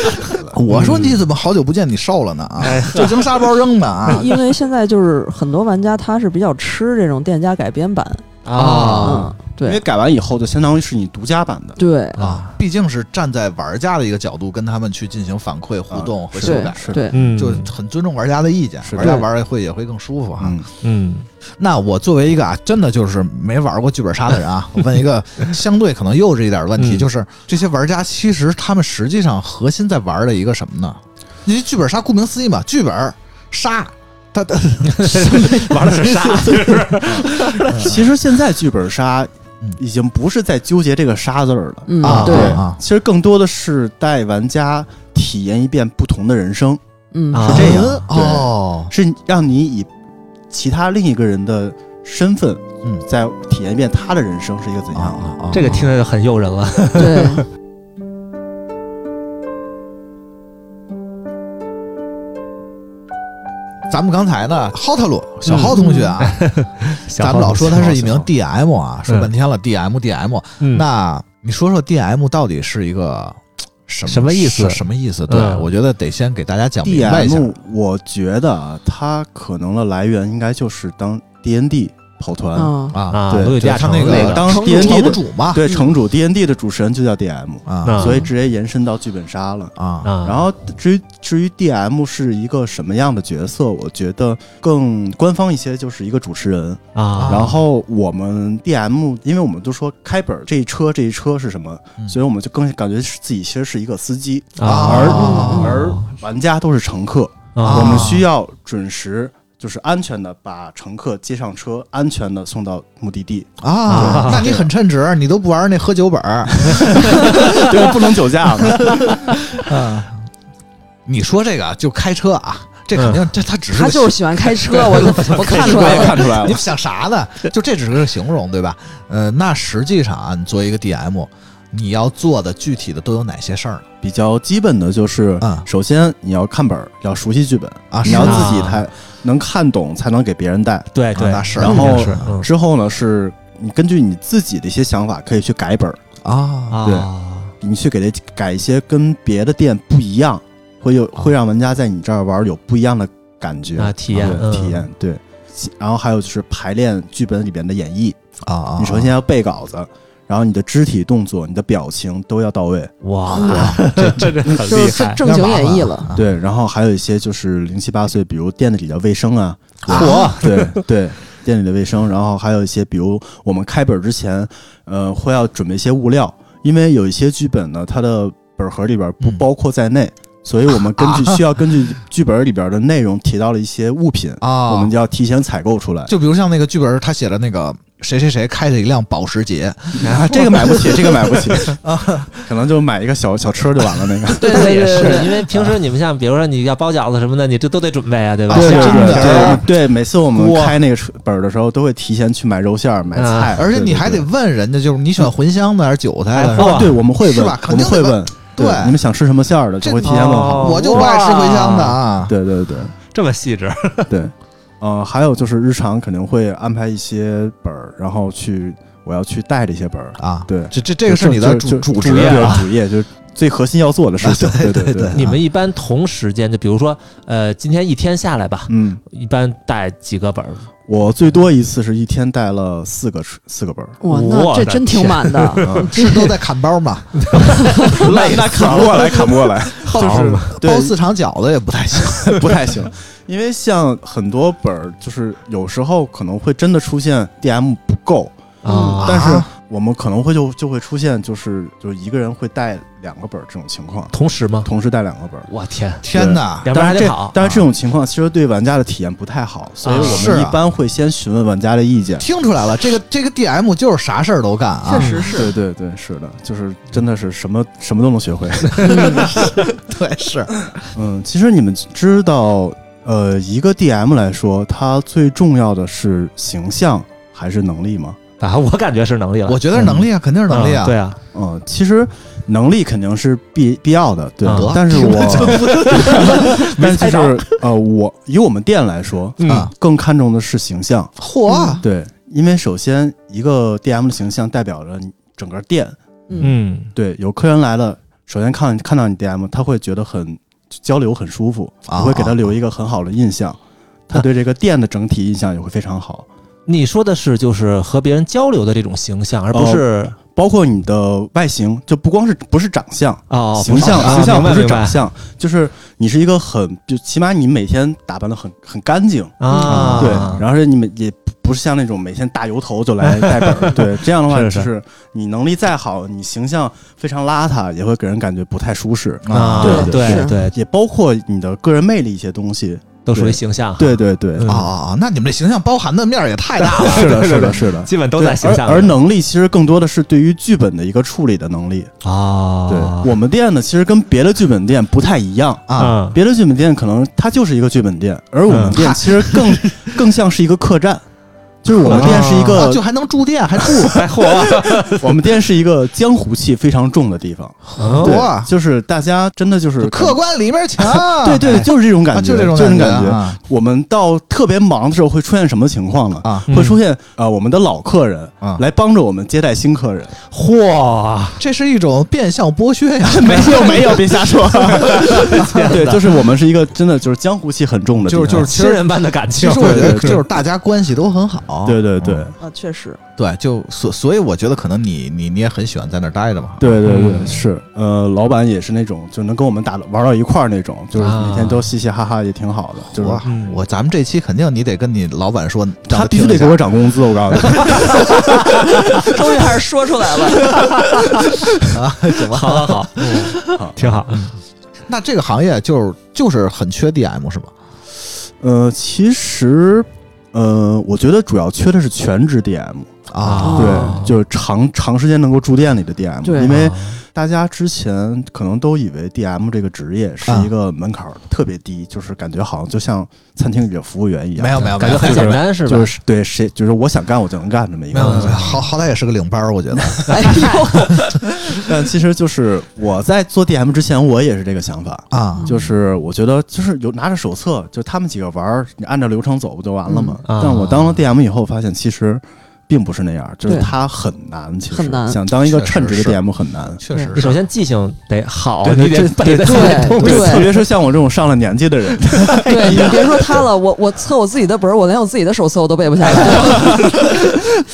Speaker 1: 我说你怎么好久不见你瘦了呢啊？
Speaker 4: 哎
Speaker 1: 就扔沙包扔的啊。
Speaker 3: 嗯因为现在就是很多玩家他是比较吃这种店家改编版，
Speaker 2: 啊，
Speaker 3: 嗯，”
Speaker 4: 因为
Speaker 3: 对
Speaker 4: 改完以后就相当于是你独家版的。
Speaker 3: 对
Speaker 1: 啊，毕竟是站在玩家的一个角度跟他们去进行反馈、互动和修
Speaker 3: 对
Speaker 1: 改，
Speaker 4: 啊是的
Speaker 3: 对，
Speaker 2: 嗯，
Speaker 1: 就是很尊重玩家的意见，
Speaker 4: 是的
Speaker 1: 玩家玩儿会也会更舒服哈。
Speaker 4: 嗯，
Speaker 2: 嗯
Speaker 1: 那我作为一个啊，真的就是没玩过剧本杀的人啊，我问一个相对可能幼稚一点的问题，
Speaker 2: 嗯
Speaker 1: 就是这些玩家其实他们实际上核心在玩的一个什么呢？因为剧本杀顾名思义嘛，剧本杀，他他
Speaker 5: 玩的是 啥？就是
Speaker 4: 其实现在剧本杀
Speaker 1: 嗯
Speaker 4: 已经不是在纠结这个“杀”字儿了，
Speaker 3: 嗯
Speaker 1: 啊
Speaker 3: 对，
Speaker 1: 啊，
Speaker 4: 其实更多的是带玩家体验一遍不同的人生，
Speaker 3: 嗯
Speaker 2: 啊
Speaker 4: 是这样
Speaker 1: 嗯
Speaker 4: 对
Speaker 1: 哦，
Speaker 4: 是让你以其他另一个人的身份，
Speaker 1: 嗯
Speaker 4: 再体验一遍他的人生是一个怎样的。
Speaker 1: 啊
Speaker 2: 这个听着就很诱人了，
Speaker 3: 对，
Speaker 1: 咱们刚才呢，浩特鲁小浩同学啊，
Speaker 2: 小
Speaker 1: 咱们老
Speaker 2: 号
Speaker 1: 说他是一名
Speaker 4: 小浩
Speaker 1: DM 啊，说
Speaker 2: 嗯
Speaker 1: 半天了 DM DM，
Speaker 2: 嗯
Speaker 1: 那你说说 DM 到底是一个什
Speaker 2: 什么意
Speaker 1: 是
Speaker 2: 思
Speaker 1: 什么意思？对、
Speaker 2: 嗯
Speaker 1: 我觉得得先给大家讲明白一下。
Speaker 4: DM，我觉得啊，它可能的来源应该就是当 D N D 跑团，
Speaker 3: 嗯啊
Speaker 1: 啊，
Speaker 2: 啊，
Speaker 4: 对
Speaker 2: 罗有地
Speaker 1: 就
Speaker 2: 亚
Speaker 1: 是他
Speaker 2: 城
Speaker 1: 那
Speaker 2: 那
Speaker 1: 个
Speaker 4: 当时
Speaker 1: 城
Speaker 4: D&D 的
Speaker 1: 城主嘛，
Speaker 4: 对，城主 D N D 的主持人就叫 D M，
Speaker 1: 啊
Speaker 2: 嗯
Speaker 4: 所以直接延伸到剧本杀了。
Speaker 1: 啊
Speaker 2: 啊，
Speaker 4: 然后至于至于 D M 是一个什么样的角色，我觉得更官方一些，就是一个主持人。
Speaker 2: 啊，
Speaker 4: 然后我们 DM，因为我们都说开本儿这一车这一车是什么，
Speaker 1: 嗯
Speaker 4: 所以我们就更感觉是自己其实是一个司机，而
Speaker 2: 啊
Speaker 4: 而玩家都是乘客，
Speaker 1: 啊
Speaker 4: 我们需要准时。就是安全的把乘客接上车，安全的送到目的 地，
Speaker 1: 啊，那你很称职，你都不玩那喝酒本儿。
Speaker 4: 对，不能酒驾啊嘛。
Speaker 1: 啊你说这个就开车啊，这肯定这他只是
Speaker 3: 他
Speaker 1: 个
Speaker 3: 就是喜欢开车，我 我看出来
Speaker 4: 我也
Speaker 3: 了，
Speaker 4: 看出来
Speaker 1: 你
Speaker 4: 了
Speaker 1: 们，想啥呢？就这只是个形容，对吧？呃，那实际上啊，你作为一个 DM，你要做的具体的都有哪些事儿呢？
Speaker 4: 比较基本的就是
Speaker 1: 嗯，
Speaker 4: 首先你要看本儿，要熟悉剧本
Speaker 1: 啊
Speaker 4: 你要
Speaker 2: 是啊
Speaker 4: 自己才能看懂，才能给别人带。
Speaker 2: 对对，
Speaker 1: 啊那是
Speaker 4: 然后
Speaker 2: 是嗯
Speaker 4: 之后呢，是你根据你自己的一些想法，可以去改本儿，
Speaker 1: 啊
Speaker 2: 啊
Speaker 4: 对你去给它改一些跟别的店不一样，会有会让玩家在你这儿玩儿有不一样的感觉
Speaker 2: 啊体验
Speaker 4: 对
Speaker 2: 嗯
Speaker 4: 体验对。然后还有就是排练剧本里边的演绎，
Speaker 1: 啊啊！
Speaker 4: 你首先要背稿子，然后你的肢体动作、你的表情都要到位。
Speaker 2: 哇，
Speaker 5: 这这很
Speaker 3: 嗯就
Speaker 5: 厉
Speaker 3: 是正
Speaker 5: 害。
Speaker 3: 正经演绎了，
Speaker 4: 对，然后还有一些就是零七八碎，比如店里的卫生啊，
Speaker 1: 嚯
Speaker 4: 对对，店里的卫生，然后还有一些比如我们开本儿之前，呃，会要准备一些物料，因为有一些剧本呢，它的本盒里边儿不
Speaker 1: 嗯
Speaker 4: 包括在内，所以我们根据需要根据剧本里边儿的内容提到了一些物品，
Speaker 1: 啊，
Speaker 4: 我们就要提前采购出来。
Speaker 1: 就比如像那个剧本，他写的那个谁谁谁开着一辆保时捷，
Speaker 4: 啊， 这个买不起，这个买不起 可能就买一个小小车就完了。那个
Speaker 2: 对
Speaker 3: 对对
Speaker 2: 也
Speaker 3: 对对
Speaker 2: 是，因为平时你们像比如说你要包饺子什么的，你这都得准备啊，对吧？
Speaker 1: 对
Speaker 2: 虾
Speaker 1: 对
Speaker 2: 米
Speaker 1: 对
Speaker 2: 儿
Speaker 4: 对对，每次我们
Speaker 2: 锅
Speaker 4: 开那个车本儿的时候，都会提前去买肉馅儿、买
Speaker 2: 啊
Speaker 4: 菜，
Speaker 1: 哎而且
Speaker 4: 对
Speaker 1: 你
Speaker 4: 对
Speaker 1: 还
Speaker 4: 对
Speaker 1: 得问人家，就是你选茴香的还是韭菜的？
Speaker 2: 哎
Speaker 1: 是吧
Speaker 2: 嚯
Speaker 4: 对，我们会
Speaker 1: 是
Speaker 4: 问
Speaker 1: 吧，
Speaker 4: 我
Speaker 1: 肯定
Speaker 4: 们会
Speaker 1: 得问
Speaker 4: 问，
Speaker 1: 对
Speaker 4: 你们想吃什么馅儿的，
Speaker 1: 这
Speaker 4: 就会提前问好。
Speaker 2: 哦
Speaker 1: 我就不爱吃茴香的啊。
Speaker 4: 对对对
Speaker 2: 这么细致，
Speaker 4: 对，呃，还有就是日常肯定会安排一些本儿，然后去我要去带这些本儿。
Speaker 1: 啊，
Speaker 4: 对
Speaker 1: 这这这个是你的
Speaker 4: 就
Speaker 1: 主
Speaker 4: 就就
Speaker 1: 主
Speaker 4: 主
Speaker 1: 职
Speaker 4: 业
Speaker 2: 啊
Speaker 4: 就是主业，就是最核心要做的事情。
Speaker 1: 啊对
Speaker 4: 对
Speaker 1: 对
Speaker 4: 对
Speaker 1: 对
Speaker 2: 你们一般同时间，就比如说呃，今天一天下来吧，
Speaker 4: 嗯，
Speaker 2: 一般带几个本儿？
Speaker 4: 我最多一次是一天带了四个吃四个本儿。
Speaker 3: 哇，
Speaker 2: 我
Speaker 3: 那这
Speaker 2: 的
Speaker 3: 真挺
Speaker 2: 天
Speaker 3: 满的，
Speaker 1: 是都在砍包 嘛，
Speaker 4: 那那砍不过来，砍不过来，
Speaker 2: 就是
Speaker 4: 对
Speaker 1: 包四场饺子也不太行。
Speaker 4: 不太行。因为像很多
Speaker 1: 嗯
Speaker 4: 本儿，就是有时候可能会真的出现 DM 不够，
Speaker 2: 啊，
Speaker 4: 但是我们可能会就就会出现，就是就是一个人会带两个本儿这种情况，
Speaker 2: 同时吗？
Speaker 4: 同时带两个本儿。
Speaker 2: 我天，
Speaker 1: 天哪！
Speaker 2: 两边
Speaker 4: 但
Speaker 2: 还
Speaker 4: 是
Speaker 2: 得
Speaker 4: 这
Speaker 2: 跑，
Speaker 4: 但是这种情况其实对玩家的体验不太好，所以
Speaker 2: 啊
Speaker 4: 我
Speaker 1: 是啊
Speaker 4: 们一般会先询问玩家的意见。
Speaker 1: 听出来了，这个这个 DM 就是啥事儿都干啊，
Speaker 3: 确实是
Speaker 4: 对对对，是的，就是真的是什么什么都能 学会。
Speaker 1: 对是，
Speaker 4: 嗯，其实你们知道，呃，一个 DM 来说，他最重要的是形象还是能力吗？
Speaker 2: 啊，我感觉是能力了，
Speaker 1: 我觉得是能力啊，肯定是能力啊
Speaker 2: 嗯，对啊，
Speaker 4: 嗯，其实能力肯定是必必要的，对。
Speaker 2: 啊
Speaker 1: 得
Speaker 4: 但是
Speaker 1: 听着就
Speaker 4: 我，
Speaker 1: 不
Speaker 4: 但是就是呃，我以我们店来说，
Speaker 1: 啊，
Speaker 4: 更看重的是形象，
Speaker 1: 嚯，
Speaker 4: 对，因为首先一个 DM 的形象代表着你整个店，
Speaker 2: 嗯，
Speaker 4: 对，有客人来了，首先看看到你 DM，他会觉得很交流很舒服，
Speaker 1: 啊
Speaker 4: 嗯我会给他留一个很好的印象，他对这个店的整体印象也会非常好。
Speaker 2: 你说的是就是和别人交流的这种形象，而不是
Speaker 4: 包括你的外形，就不光是不是长相，
Speaker 2: 哦
Speaker 4: 形象
Speaker 2: 啊
Speaker 4: 形象
Speaker 2: 明白
Speaker 4: 不是
Speaker 2: 明白
Speaker 4: 长相，就是你是一个很，就起码你每天打扮的很很干净，
Speaker 2: 啊，
Speaker 4: 嗯对，然后是你们也不不是像那种每天大油头就来带本儿， 对，这样的话
Speaker 2: 是
Speaker 4: 就是是你能力再好，你形象非常邋遢，也会给人感觉不太舒适。
Speaker 2: 啊，
Speaker 4: 对
Speaker 2: 对
Speaker 4: 对
Speaker 2: 对
Speaker 3: 是
Speaker 2: 对，
Speaker 4: 也包括你的个人魅力一些东西，
Speaker 2: 都属于形象，
Speaker 4: 对对 对，
Speaker 2: 嗯
Speaker 1: 啊啊！那你们这形象包含的面儿也太大 了，
Speaker 4: 是的，
Speaker 2: 对
Speaker 4: 是
Speaker 2: 对
Speaker 4: 的，是的，
Speaker 2: 基本都在形
Speaker 4: 对
Speaker 2: 象里
Speaker 4: 而而能力其实更多的是对于剧本的一个处理的能力。
Speaker 2: 啊，
Speaker 4: 对我们店呢，其实跟别的剧本店不太一样，
Speaker 1: 啊，
Speaker 2: 嗯
Speaker 4: 别的剧本店可能它就是一个剧本店，而我们
Speaker 2: 嗯
Speaker 4: 店其实 更更像是一个客栈， 就是我们店是一
Speaker 1: 啊
Speaker 4: 个啊
Speaker 1: 就还能住店，还 住
Speaker 4: 我们店是一个江湖气非常重的地方，
Speaker 2: 哦
Speaker 1: 哇
Speaker 4: 对，就是大家真的就是
Speaker 1: 客观里面 强，
Speaker 4: 对对，对就是这种感
Speaker 1: 啊
Speaker 4: 觉，
Speaker 1: 就这种
Speaker 4: 种感觉。
Speaker 1: 啊
Speaker 4: 我们到特别忙的时候会出现什么情况呢？
Speaker 1: 啊！
Speaker 2: 嗯
Speaker 4: 会出现啊，我们的老客人
Speaker 1: 啊
Speaker 4: 来帮着我们接待新 客人。
Speaker 2: 嚯，
Speaker 1: 这是一种变相剥削呀，
Speaker 4: 没有没有，别瞎说。 对，就是我们是一个真的就是江湖气很重的地
Speaker 1: 就
Speaker 4: 方，
Speaker 1: 是就是，其
Speaker 2: 亲
Speaker 1: 实
Speaker 2: 人般的感
Speaker 1: 其
Speaker 2: 情
Speaker 1: 实，我觉
Speaker 4: 对
Speaker 1: 得
Speaker 4: 对对
Speaker 1: 就是大家关系都很好，
Speaker 4: 对对对
Speaker 1: 嗯
Speaker 3: 啊，确实，
Speaker 1: 对，就所所以我觉得可能你你你也很喜欢在那儿待着嘛，
Speaker 4: 对对对，
Speaker 2: 嗯
Speaker 4: 是呃，老板也是那种就能跟我们打玩到一块儿那种，就是每天都嘻嘻哈哈也挺好的，就是
Speaker 1: 啊哇
Speaker 2: 嗯，
Speaker 1: 我咱们这期肯定你得跟你老板说，让
Speaker 4: 他必须
Speaker 1: 听
Speaker 4: 得
Speaker 1: 一下
Speaker 4: 给我涨工资，我告诉你。
Speaker 3: 终于还是说出来了。
Speaker 1: 啊，怎么？
Speaker 2: 好好好，嗯
Speaker 4: 好
Speaker 2: 挺好，
Speaker 1: 那这个行业就是就是很缺 DM 是吗？
Speaker 4: 呃，其实，呃，我觉得主要缺的是全职 DM，
Speaker 1: 啊啊
Speaker 2: 啊哦
Speaker 4: 对，就是长长时间能够住店里的 DM，
Speaker 3: 对
Speaker 4: 因
Speaker 2: 嗯
Speaker 4: 为大家之前可能都以为 DM 这个职业是一个门槛儿特别低，就是感觉好像就像餐厅里的服务员一样，
Speaker 1: 没有没有没
Speaker 2: 感觉
Speaker 1: 有，
Speaker 2: 很简单是吧？
Speaker 4: 就是对谁就是我想干我就能干这么一
Speaker 1: 没有，
Speaker 4: 个。
Speaker 1: 没有好好歹也是个领班儿，我觉得
Speaker 3: 哎呦，
Speaker 4: 但其实就是我在做 DM 之前，我也是这个想法。
Speaker 3: 嗯
Speaker 1: 啊，
Speaker 4: 就是我觉得，就是有拿着手册，就他们几个玩儿，你按照流程走不就完了吗？
Speaker 2: 嗯啊
Speaker 4: 但我当了 DM 以后，发现其实并不是那样，就是
Speaker 3: 对
Speaker 4: 它很难，其实
Speaker 3: 很难
Speaker 4: 想当一个
Speaker 1: 确实
Speaker 4: 称职
Speaker 1: 是
Speaker 4: 的 DM 很难。
Speaker 1: 确实
Speaker 2: 你
Speaker 1: 是
Speaker 2: 首先记性得好，
Speaker 4: 对对
Speaker 2: 你得
Speaker 4: 这
Speaker 2: 背得
Speaker 3: 对
Speaker 2: 动
Speaker 3: 对
Speaker 4: 特别是像我这种上了年纪的人， 哎
Speaker 3: 对你别说他了，我我测我自己的本儿，我连我自己的手册我都背不下来。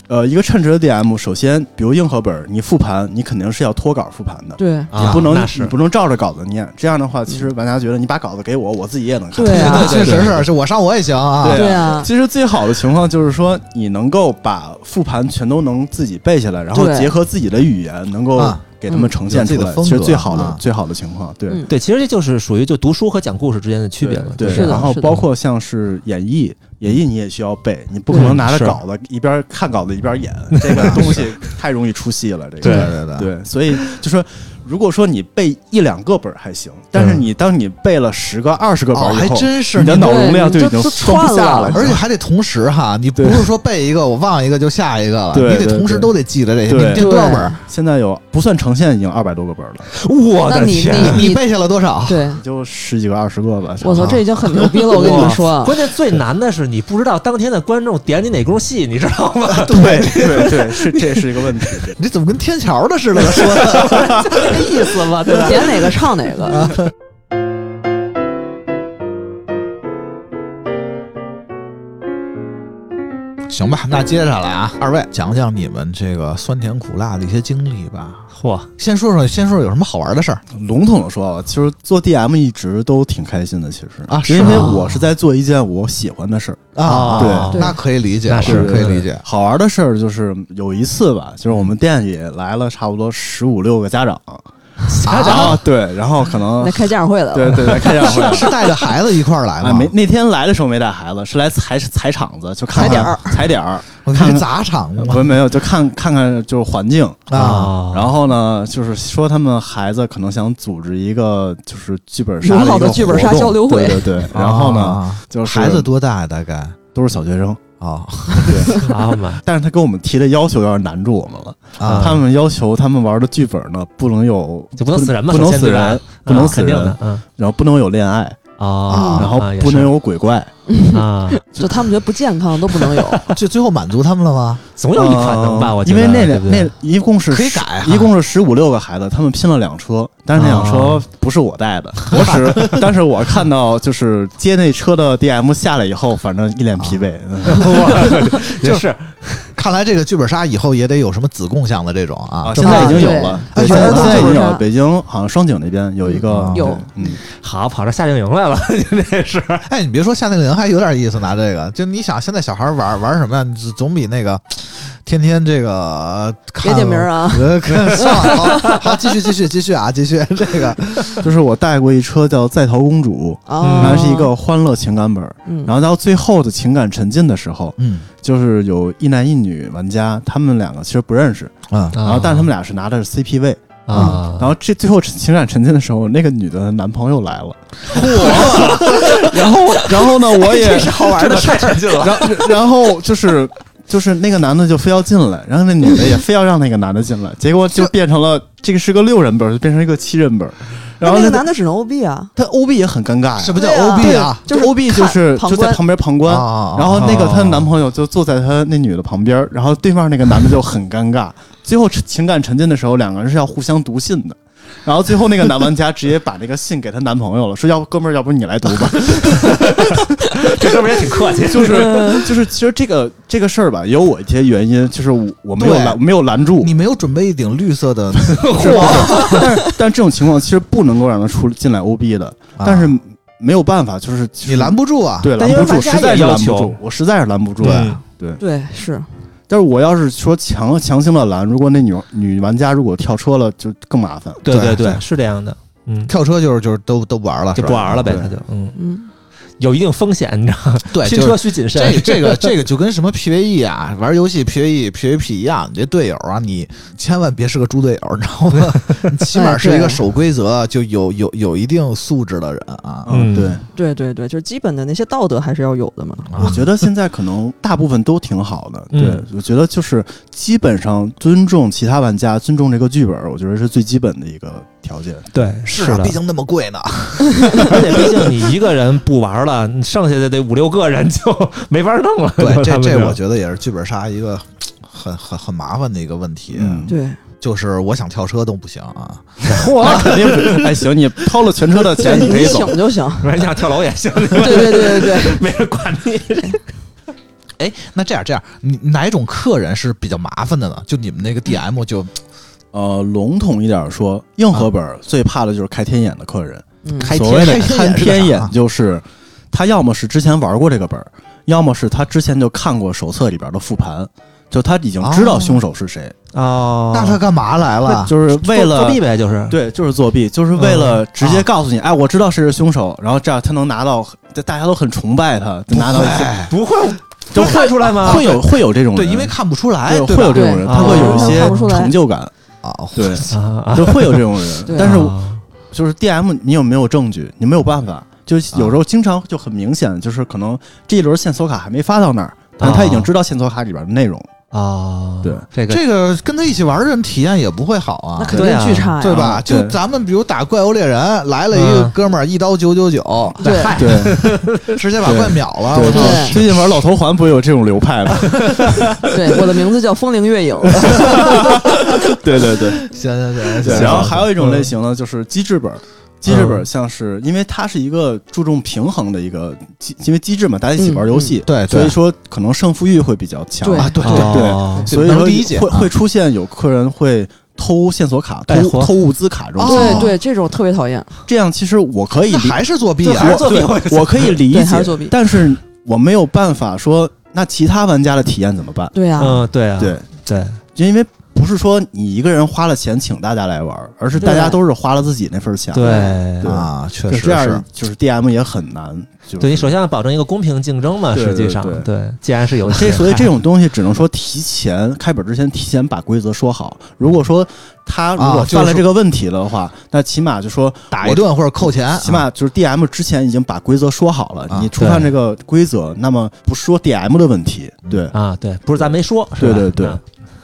Speaker 4: 呃，一个称职的 DM，首先，比如硬核本儿，你复盘，你肯定是要脱稿复盘的，
Speaker 3: 对
Speaker 4: 你
Speaker 2: 啊，
Speaker 4: 不能
Speaker 2: 那
Speaker 4: 你
Speaker 2: 是
Speaker 4: 不能照着稿子念。这样的话，其实玩家觉得你把稿子给我，我自己也能看。
Speaker 3: 对啊，
Speaker 1: 确实是，是我上我也行啊，
Speaker 4: 对
Speaker 3: 对啊
Speaker 4: 其实最好的情况就是说，你能够把复盘全都能自己背下来，然后
Speaker 3: 对
Speaker 4: 结合自己的语言，能够
Speaker 1: 啊
Speaker 4: 给他们呈现出
Speaker 1: 有自己
Speaker 4: 来
Speaker 1: 的，风
Speaker 4: 其
Speaker 1: 格
Speaker 4: 实最好的
Speaker 1: 啊
Speaker 4: 最好的情况。对，
Speaker 3: 嗯
Speaker 2: 对，其实这就是属于就读书和讲故事之间的区别了，
Speaker 4: 对，
Speaker 2: 就是
Speaker 3: 的
Speaker 4: 然后
Speaker 3: 是的
Speaker 4: 包括像是演绎，演绎你也需要背，你不可能
Speaker 1: 嗯
Speaker 4: 拿着
Speaker 2: 是
Speaker 4: 稿子一边看稿子 一边演，这个东西太容易出戏了。这
Speaker 1: 对
Speaker 4: 个
Speaker 1: 对对，
Speaker 4: 对，所以就说，如果说你背一两个本儿还行，但是你当你背了十个、二十个本
Speaker 1: 哦，
Speaker 4: 儿
Speaker 1: 还
Speaker 4: 以后，
Speaker 1: 真是
Speaker 4: 你的
Speaker 1: 你
Speaker 4: 脑容量
Speaker 3: 对
Speaker 4: 就
Speaker 3: 你
Speaker 4: 已
Speaker 3: 就
Speaker 4: 经
Speaker 3: 就
Speaker 4: 装不
Speaker 3: 串
Speaker 4: 下
Speaker 3: 了
Speaker 4: 了，
Speaker 1: 而且还得同时哈，你不
Speaker 4: 对
Speaker 1: 是说背一个我忘一个就下一个了，
Speaker 4: 对
Speaker 1: 你得
Speaker 4: 对
Speaker 1: 同时
Speaker 4: 对
Speaker 1: 都得记得这些。你
Speaker 4: 对
Speaker 1: 这多少本儿？
Speaker 4: 现在有不算呈现已经二百多个本儿了，
Speaker 2: 我
Speaker 3: 那
Speaker 2: 的
Speaker 3: 你
Speaker 2: 天！
Speaker 1: 啊你
Speaker 3: 你
Speaker 1: 背下了多少？
Speaker 3: 对，
Speaker 4: 也就十几个二十个吧。
Speaker 3: 我操，这已经很牛逼了，我跟你们说。啊
Speaker 2: 关键最难的是你不知道当天的观众点你哪工戏，你知道吗？
Speaker 4: 对对对，是这是一个 问题。
Speaker 1: 你怎么跟天桥的似的 说的？
Speaker 3: 这意思吧，对 吧？点哪个唱哪个。
Speaker 1: 行吧，那接下来啊，二位讲讲你们这个酸甜苦辣的一些经历吧。
Speaker 2: 嚯，
Speaker 1: 先说说，先说说有什么好玩的事儿
Speaker 4: 笼统的说啊，其实做 DM 一直都挺开心的，其实
Speaker 1: 啊是
Speaker 4: 因为
Speaker 1: 吗
Speaker 4: 我是在做一件我喜欢的事儿，
Speaker 1: 啊
Speaker 4: 对
Speaker 3: 对
Speaker 1: 那可以理解，
Speaker 2: 那是
Speaker 1: 我可以理解。
Speaker 4: 好玩的事儿就是有一次吧，就是我们店里来了差不多十五六个家长，
Speaker 1: 家
Speaker 4: 然后对，然后可能
Speaker 3: 来开家长会来了，
Speaker 4: 对 对来开家长会。
Speaker 1: 是带着孩子一块儿来
Speaker 4: 啊，
Speaker 1: 吗？
Speaker 4: 没，那天来的时候没带孩子，是来踩踩场子，就看
Speaker 3: 踩点儿
Speaker 4: 看踩点儿，
Speaker 1: 我
Speaker 4: 看
Speaker 1: 看
Speaker 4: 看
Speaker 1: 砸场子
Speaker 4: 不
Speaker 1: 吗？
Speaker 4: 没有，就看看看就是环境。
Speaker 1: 啊，
Speaker 2: 后
Speaker 4: 然后呢，就是说他们孩子可能想组织一个就是剧本杀
Speaker 3: 友
Speaker 4: 的
Speaker 3: 好
Speaker 4: 一个
Speaker 3: 的剧本杀
Speaker 4: 活动
Speaker 3: 交流会
Speaker 4: 对对对。然后呢，
Speaker 1: 啊，
Speaker 4: 就是
Speaker 1: 孩子多大呀？大概
Speaker 4: 哦都是小学生，
Speaker 1: 哦
Speaker 2: 啊 嘛，
Speaker 4: 但是他跟我们提的要求有点难住我们了。
Speaker 1: 啊，
Speaker 4: 他们要求他们玩的剧本呢，不能有
Speaker 2: 就不能死人嘛
Speaker 4: 不能
Speaker 2: 首先
Speaker 4: 死
Speaker 2: 对吧
Speaker 4: 人，不能
Speaker 2: 啊
Speaker 4: 死
Speaker 2: 肯定
Speaker 4: 人
Speaker 2: 的，，嗯
Speaker 4: 然后不能有恋爱，
Speaker 2: 啊，
Speaker 4: 然后
Speaker 2: 啊也
Speaker 4: 不能
Speaker 2: 是
Speaker 4: 有鬼怪，
Speaker 2: 啊，
Speaker 3: 就他们觉得不健康都不能有，
Speaker 1: 这最后满足他们了吗？
Speaker 2: 总有一款能吧？我觉
Speaker 4: 呃因
Speaker 2: 得
Speaker 4: 为那
Speaker 2: 对
Speaker 4: 两
Speaker 2: 不对
Speaker 4: 那一共是
Speaker 1: 可以
Speaker 4: 10
Speaker 1: 改哈
Speaker 4: 一共是十五六个孩子，他们拼了两车，但是那辆车
Speaker 2: 哦
Speaker 4: 不是我带的，我只，但是我看到就是接那车的 DM 下来以后，反正一脸疲惫。嗯
Speaker 2: 也是
Speaker 1: 看来这个剧本杀以后也得有什么子共享的这种 啊，
Speaker 4: 现在已经有
Speaker 3: 对
Speaker 4: 了
Speaker 3: 啊，
Speaker 4: 对，
Speaker 1: 有
Speaker 4: 现
Speaker 1: 儿
Speaker 4: 在
Speaker 1: 童
Speaker 4: 现在
Speaker 3: 剧
Speaker 4: 已经
Speaker 3: 本
Speaker 4: 有
Speaker 3: 杀
Speaker 4: 了，北京好像双井那边有一个
Speaker 1: 嗯
Speaker 4: 对
Speaker 3: 有
Speaker 4: 嗯，
Speaker 2: 好跑这夏令营来了， 你这是
Speaker 1: 哎，你别说夏令营还有点意思，拿这个，就你想现在小孩玩玩什么呀？总总比那个天天这个呃
Speaker 3: 别
Speaker 1: 看
Speaker 3: 点名儿啊
Speaker 1: 呃看算了，好， 好，继续继续继续啊，继续这个
Speaker 4: 就是我带过一车叫《在逃公主》，
Speaker 3: 啊，
Speaker 4: 它是一个欢乐情感本儿，
Speaker 3: 嗯，
Speaker 4: 然后到最后的情感沉浸的时候，
Speaker 1: 嗯
Speaker 4: 就是有一男一女玩家，他们两个其实不认识，
Speaker 1: 嗯
Speaker 4: 然后但是他们俩是拿的是 CP 位，
Speaker 2: 啊，
Speaker 4: 然后这最后情感沉浸的时候，那个女的男朋友来了，然后然后呢， 我也
Speaker 2: 好玩的太沉浸了，
Speaker 4: 然后然后就是就是那个男的就非要进来，然后那女的也非要让那个男的进来，结果就变成了这个是个六人本，就变成一个七人本，然后
Speaker 3: 那个
Speaker 4: 个
Speaker 3: 男的只能 OB 啊，
Speaker 4: 他 OB 也很尴尬
Speaker 1: 什
Speaker 4: 哎呀。
Speaker 1: 么叫
Speaker 3: 对啊
Speaker 1: OB 啊？
Speaker 3: 就是
Speaker 4: OB 就是
Speaker 3: 看
Speaker 4: 就在
Speaker 3: 旁观
Speaker 4: 旁边旁观，
Speaker 1: 啊
Speaker 4: 然后那个她的男朋友就坐在她那女的旁边，然后对面那个男的就很尴尬。最后情感沉浸的时候，两个人是要互相读信的。然后最后那个男玩家直接把那个信给她男朋友了，说要不哥们儿，要不你来读吧。
Speaker 2: 这哥们儿也挺客气，
Speaker 4: 就是 就是，其实这个这个事儿吧，有我一些原因，就是我我没有
Speaker 1: 对
Speaker 4: 拦没有拦住
Speaker 1: 你。没有准备一顶绿色的，
Speaker 4: 但是但这种情况其实不能够让他出进来 OB 的，但是没有办法，就是
Speaker 1: 啊你拦不住啊。
Speaker 4: 对拦
Speaker 2: 因为
Speaker 4: 不住，
Speaker 2: 玩家
Speaker 4: 实在
Speaker 2: 也
Speaker 4: 是
Speaker 2: 要
Speaker 4: 拦不
Speaker 2: 求
Speaker 4: 住，我实在是拦不住。啊
Speaker 1: 对
Speaker 4: 对，
Speaker 3: 对，是
Speaker 4: 但是我要是说强强行的拦，如果那女女玩家如果跳车了，就更麻烦。
Speaker 2: 对
Speaker 1: 对
Speaker 2: 对对，是这样的，嗯，
Speaker 1: 跳车就是就是都都不玩了，
Speaker 2: 就是
Speaker 1: 吧
Speaker 2: 不玩了呗，
Speaker 4: 对
Speaker 2: 他就嗯，
Speaker 3: 嗯，
Speaker 2: 有一定风险，你知道吗，
Speaker 1: 对，
Speaker 2: 拼
Speaker 1: 就是
Speaker 2: 车需谨慎，
Speaker 1: 这个 这个这个就跟什么 PVE 啊，玩游戏 PVE、PVP 一样，你这队友啊，你千万别是个猪队友，你知道吗？你起码是一个守规则就 有有有一定素质的人啊。
Speaker 2: 嗯
Speaker 4: 对，
Speaker 3: 对对对，就是基本的那些道德还是要有的嘛。
Speaker 4: 我觉得现在可能大部分都挺好的。对
Speaker 2: 嗯，
Speaker 4: 我觉得就是基本上尊重其他玩家，尊重这个剧本，我觉得是最基本的一个条件。
Speaker 2: 对
Speaker 1: 是啊，
Speaker 2: 的
Speaker 1: 毕，竟那么贵呢。
Speaker 2: 而且毕竟你一个人不玩了，你剩下的得五六个人就 没法弄了，
Speaker 1: 对，这这我
Speaker 2: 觉
Speaker 1: 觉得也是剧本杀一个很很很麻烦的一个问题，
Speaker 4: 嗯，
Speaker 3: 对，
Speaker 1: 就是我想跳车都不行啊。
Speaker 4: 那肯定不哎，行，你掏了全车的钱，你可
Speaker 3: 哎你
Speaker 4: 以走
Speaker 3: 请。就行。
Speaker 2: 得，人家跳楼也 行，
Speaker 3: 对对对对 对，
Speaker 2: 没人管你，
Speaker 1: 哎，那这样这样，你哪种客人是比较麻烦的呢？就你们那个 DM 就
Speaker 4: 呃，笼统一点说，硬核本最怕的就是开天眼的客人。
Speaker 3: 嗯，
Speaker 1: 开
Speaker 4: 所谓的看
Speaker 1: 开
Speaker 4: 天
Speaker 1: 眼
Speaker 4: 眼，就是他要么是之前玩过这个本儿，要么是他之前就看过手册里边的复盘，就他已经知道凶手是谁，
Speaker 2: 哦
Speaker 1: 那他干嘛来了？
Speaker 4: 就是为了
Speaker 2: 作弊呗，就是
Speaker 4: 对，就是作弊，就是为了直接告诉你，哎，我知道谁是凶手，然后这样他能拿到，大家都很崇拜他，就拿到一些，
Speaker 2: 不会
Speaker 4: 就
Speaker 2: 能看
Speaker 4: 会
Speaker 2: 出来吗？
Speaker 4: 会有会有这种人，
Speaker 1: 对，因为看不出来，
Speaker 4: 嗯
Speaker 1: 对
Speaker 4: 对啊会有
Speaker 1: 吧
Speaker 4: 这种人，
Speaker 2: 对
Speaker 4: 他会有一
Speaker 2: 哦
Speaker 3: 看不出
Speaker 4: 些
Speaker 3: 来
Speaker 4: 成就感，
Speaker 1: 啊？
Speaker 4: 对，
Speaker 2: 啊啊，
Speaker 4: 就会有这种人
Speaker 3: 对，
Speaker 4: 但是我
Speaker 2: 啊
Speaker 4: 就是 DM 你有没有证据？你没有办法，就有时候经常就很明显，就是可能这一轮线索卡还没发到那儿，但是他已经知道线索卡里边的内容。
Speaker 2: 啊，
Speaker 4: 哦对
Speaker 2: 这个
Speaker 1: 这个跟他一起玩的人体验也不会好
Speaker 3: 那
Speaker 1: 啊，
Speaker 3: 肯定巨差呀，
Speaker 1: 对吧？
Speaker 4: 啊对
Speaker 1: 就咱们比如打怪物猎人，来了一个
Speaker 2: 嗯
Speaker 1: 哥们儿一刀九九九，
Speaker 3: 对，
Speaker 4: 对
Speaker 1: 直接把怪秒了，我
Speaker 4: 对
Speaker 1: 操！
Speaker 3: 对
Speaker 4: 最近玩老头环不也有这种流派吗？
Speaker 3: 对，我的名字叫风铃月影，
Speaker 4: 对对对
Speaker 1: 行行行
Speaker 4: 对。
Speaker 1: 行，
Speaker 4: 然后还有一种类型呢，就是机制本，记事本像是因为它是一个注重平衡的一个机，因为机制嘛，大家一起玩游戏，
Speaker 1: 嗯对
Speaker 4: 所
Speaker 1: 对
Speaker 4: 以说可能胜负欲会比较强，
Speaker 3: 对
Speaker 1: 啊，对对，
Speaker 2: 哦
Speaker 4: 所以
Speaker 1: 能
Speaker 4: 说
Speaker 1: 理解
Speaker 4: 会
Speaker 1: 啊
Speaker 4: 会出现有客人会偷线索卡、
Speaker 2: 带
Speaker 4: 偷
Speaker 2: 货
Speaker 4: 偷物资卡这种情
Speaker 3: 哦对
Speaker 4: 况。
Speaker 3: 对，这种特别讨厌。
Speaker 4: 这样其实我可以
Speaker 1: 那
Speaker 4: 理，
Speaker 1: 还是作弊
Speaker 4: 我
Speaker 1: 啊，
Speaker 4: 对我可以理
Speaker 3: 对还
Speaker 4: 解
Speaker 3: 是作弊，
Speaker 4: 但是我没有办法说那其他玩家的体验怎么办？
Speaker 3: 对呀、
Speaker 2: 嗯，对啊，
Speaker 4: 对，
Speaker 2: 对，
Speaker 4: 就因为不是说你一个人花了钱请大家来玩儿，而是大家
Speaker 3: 对
Speaker 4: 都是花了自己那份儿钱。
Speaker 2: 对
Speaker 4: 对
Speaker 1: 啊，确
Speaker 4: 就
Speaker 1: 实
Speaker 4: 这
Speaker 1: 是
Speaker 4: 样，就是 DM 也很难。就是、
Speaker 2: 对你首先要保证一个公平竞争嘛，
Speaker 4: 对
Speaker 2: 实际
Speaker 4: 对
Speaker 2: 上
Speaker 4: 对
Speaker 2: 对，既然是游戏，
Speaker 4: 这所以这种东西只能说提前开本之前提前把规则说好。如果说他如
Speaker 1: 啊
Speaker 4: 果
Speaker 1: 就是
Speaker 4: 犯了
Speaker 1: 说
Speaker 4: 这个问题的话，那起码就说
Speaker 1: 打
Speaker 4: 我
Speaker 1: 一顿或者扣钱，
Speaker 4: 起码就是 DM 之前已经把规则说好了，
Speaker 1: 啊
Speaker 4: 你触犯这个规则，那么不是说 DM 的问题，对。
Speaker 2: 啊，对，不是咱没说，是
Speaker 4: 对
Speaker 2: 吧
Speaker 4: 对对
Speaker 2: 嗯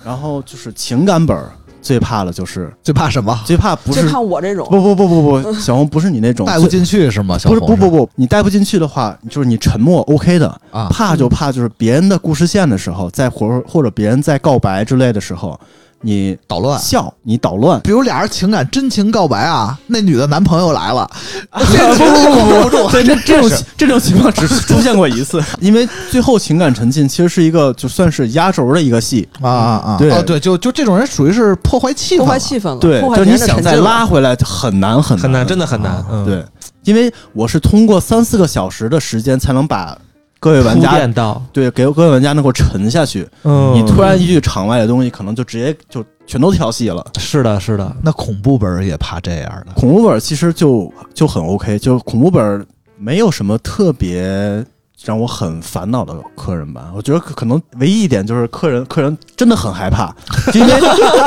Speaker 4: 然后就是情感本儿最怕的就是
Speaker 1: 最怕什么？
Speaker 4: 最怕不
Speaker 3: 就是看我这种，
Speaker 4: 不不不不 不，小红不是你那种
Speaker 1: 带不进去是吗？小
Speaker 4: 不是
Speaker 1: 红
Speaker 4: 不不不，你带不进去的话，就是你沉默 OK 的，
Speaker 1: 啊，
Speaker 4: 怕就怕就是别人的故事线的时候，在或或者别人在告白之类的时候，你
Speaker 1: 捣乱。
Speaker 4: 笑你捣乱，
Speaker 1: 比如俩人情感真情告白啊，那女的男朋友来 了，
Speaker 4: 不不不
Speaker 1: 住
Speaker 4: 不，对，这这 种这种情况只出现过一次， 因为最后情感沉浸其实是一个就算是压轴的一个戏，
Speaker 1: 啊啊啊！
Speaker 4: 对
Speaker 1: 哦对，就就这种人属于是破坏气氛了，
Speaker 3: 破坏气氛了，
Speaker 4: 对，
Speaker 3: 破坏
Speaker 4: 就是你
Speaker 3: 别人的
Speaker 4: 想
Speaker 3: 沉
Speaker 4: 再
Speaker 3: 浸了
Speaker 4: 拉回来就很难很
Speaker 2: 很难，真
Speaker 4: 的
Speaker 2: 的很难，嗯，
Speaker 4: 对，因为我是通过三四个小时的时间才能把各位玩
Speaker 2: 铺
Speaker 4: 家
Speaker 2: 垫到，
Speaker 4: 对给各位玩家能够沉下去，
Speaker 2: 嗯，
Speaker 4: 你突然一句场外的东西，可能就直接就全都跳戏了。
Speaker 2: 是的，是
Speaker 4: 啊
Speaker 2: 的，
Speaker 1: 那恐怖本儿也怕这样的，
Speaker 4: 恐怖本其实就就很 OK，就恐怖本没有什么特别让我很烦恼的客人吧。我觉得可可能唯一一点就是客人客人真的很害怕，因为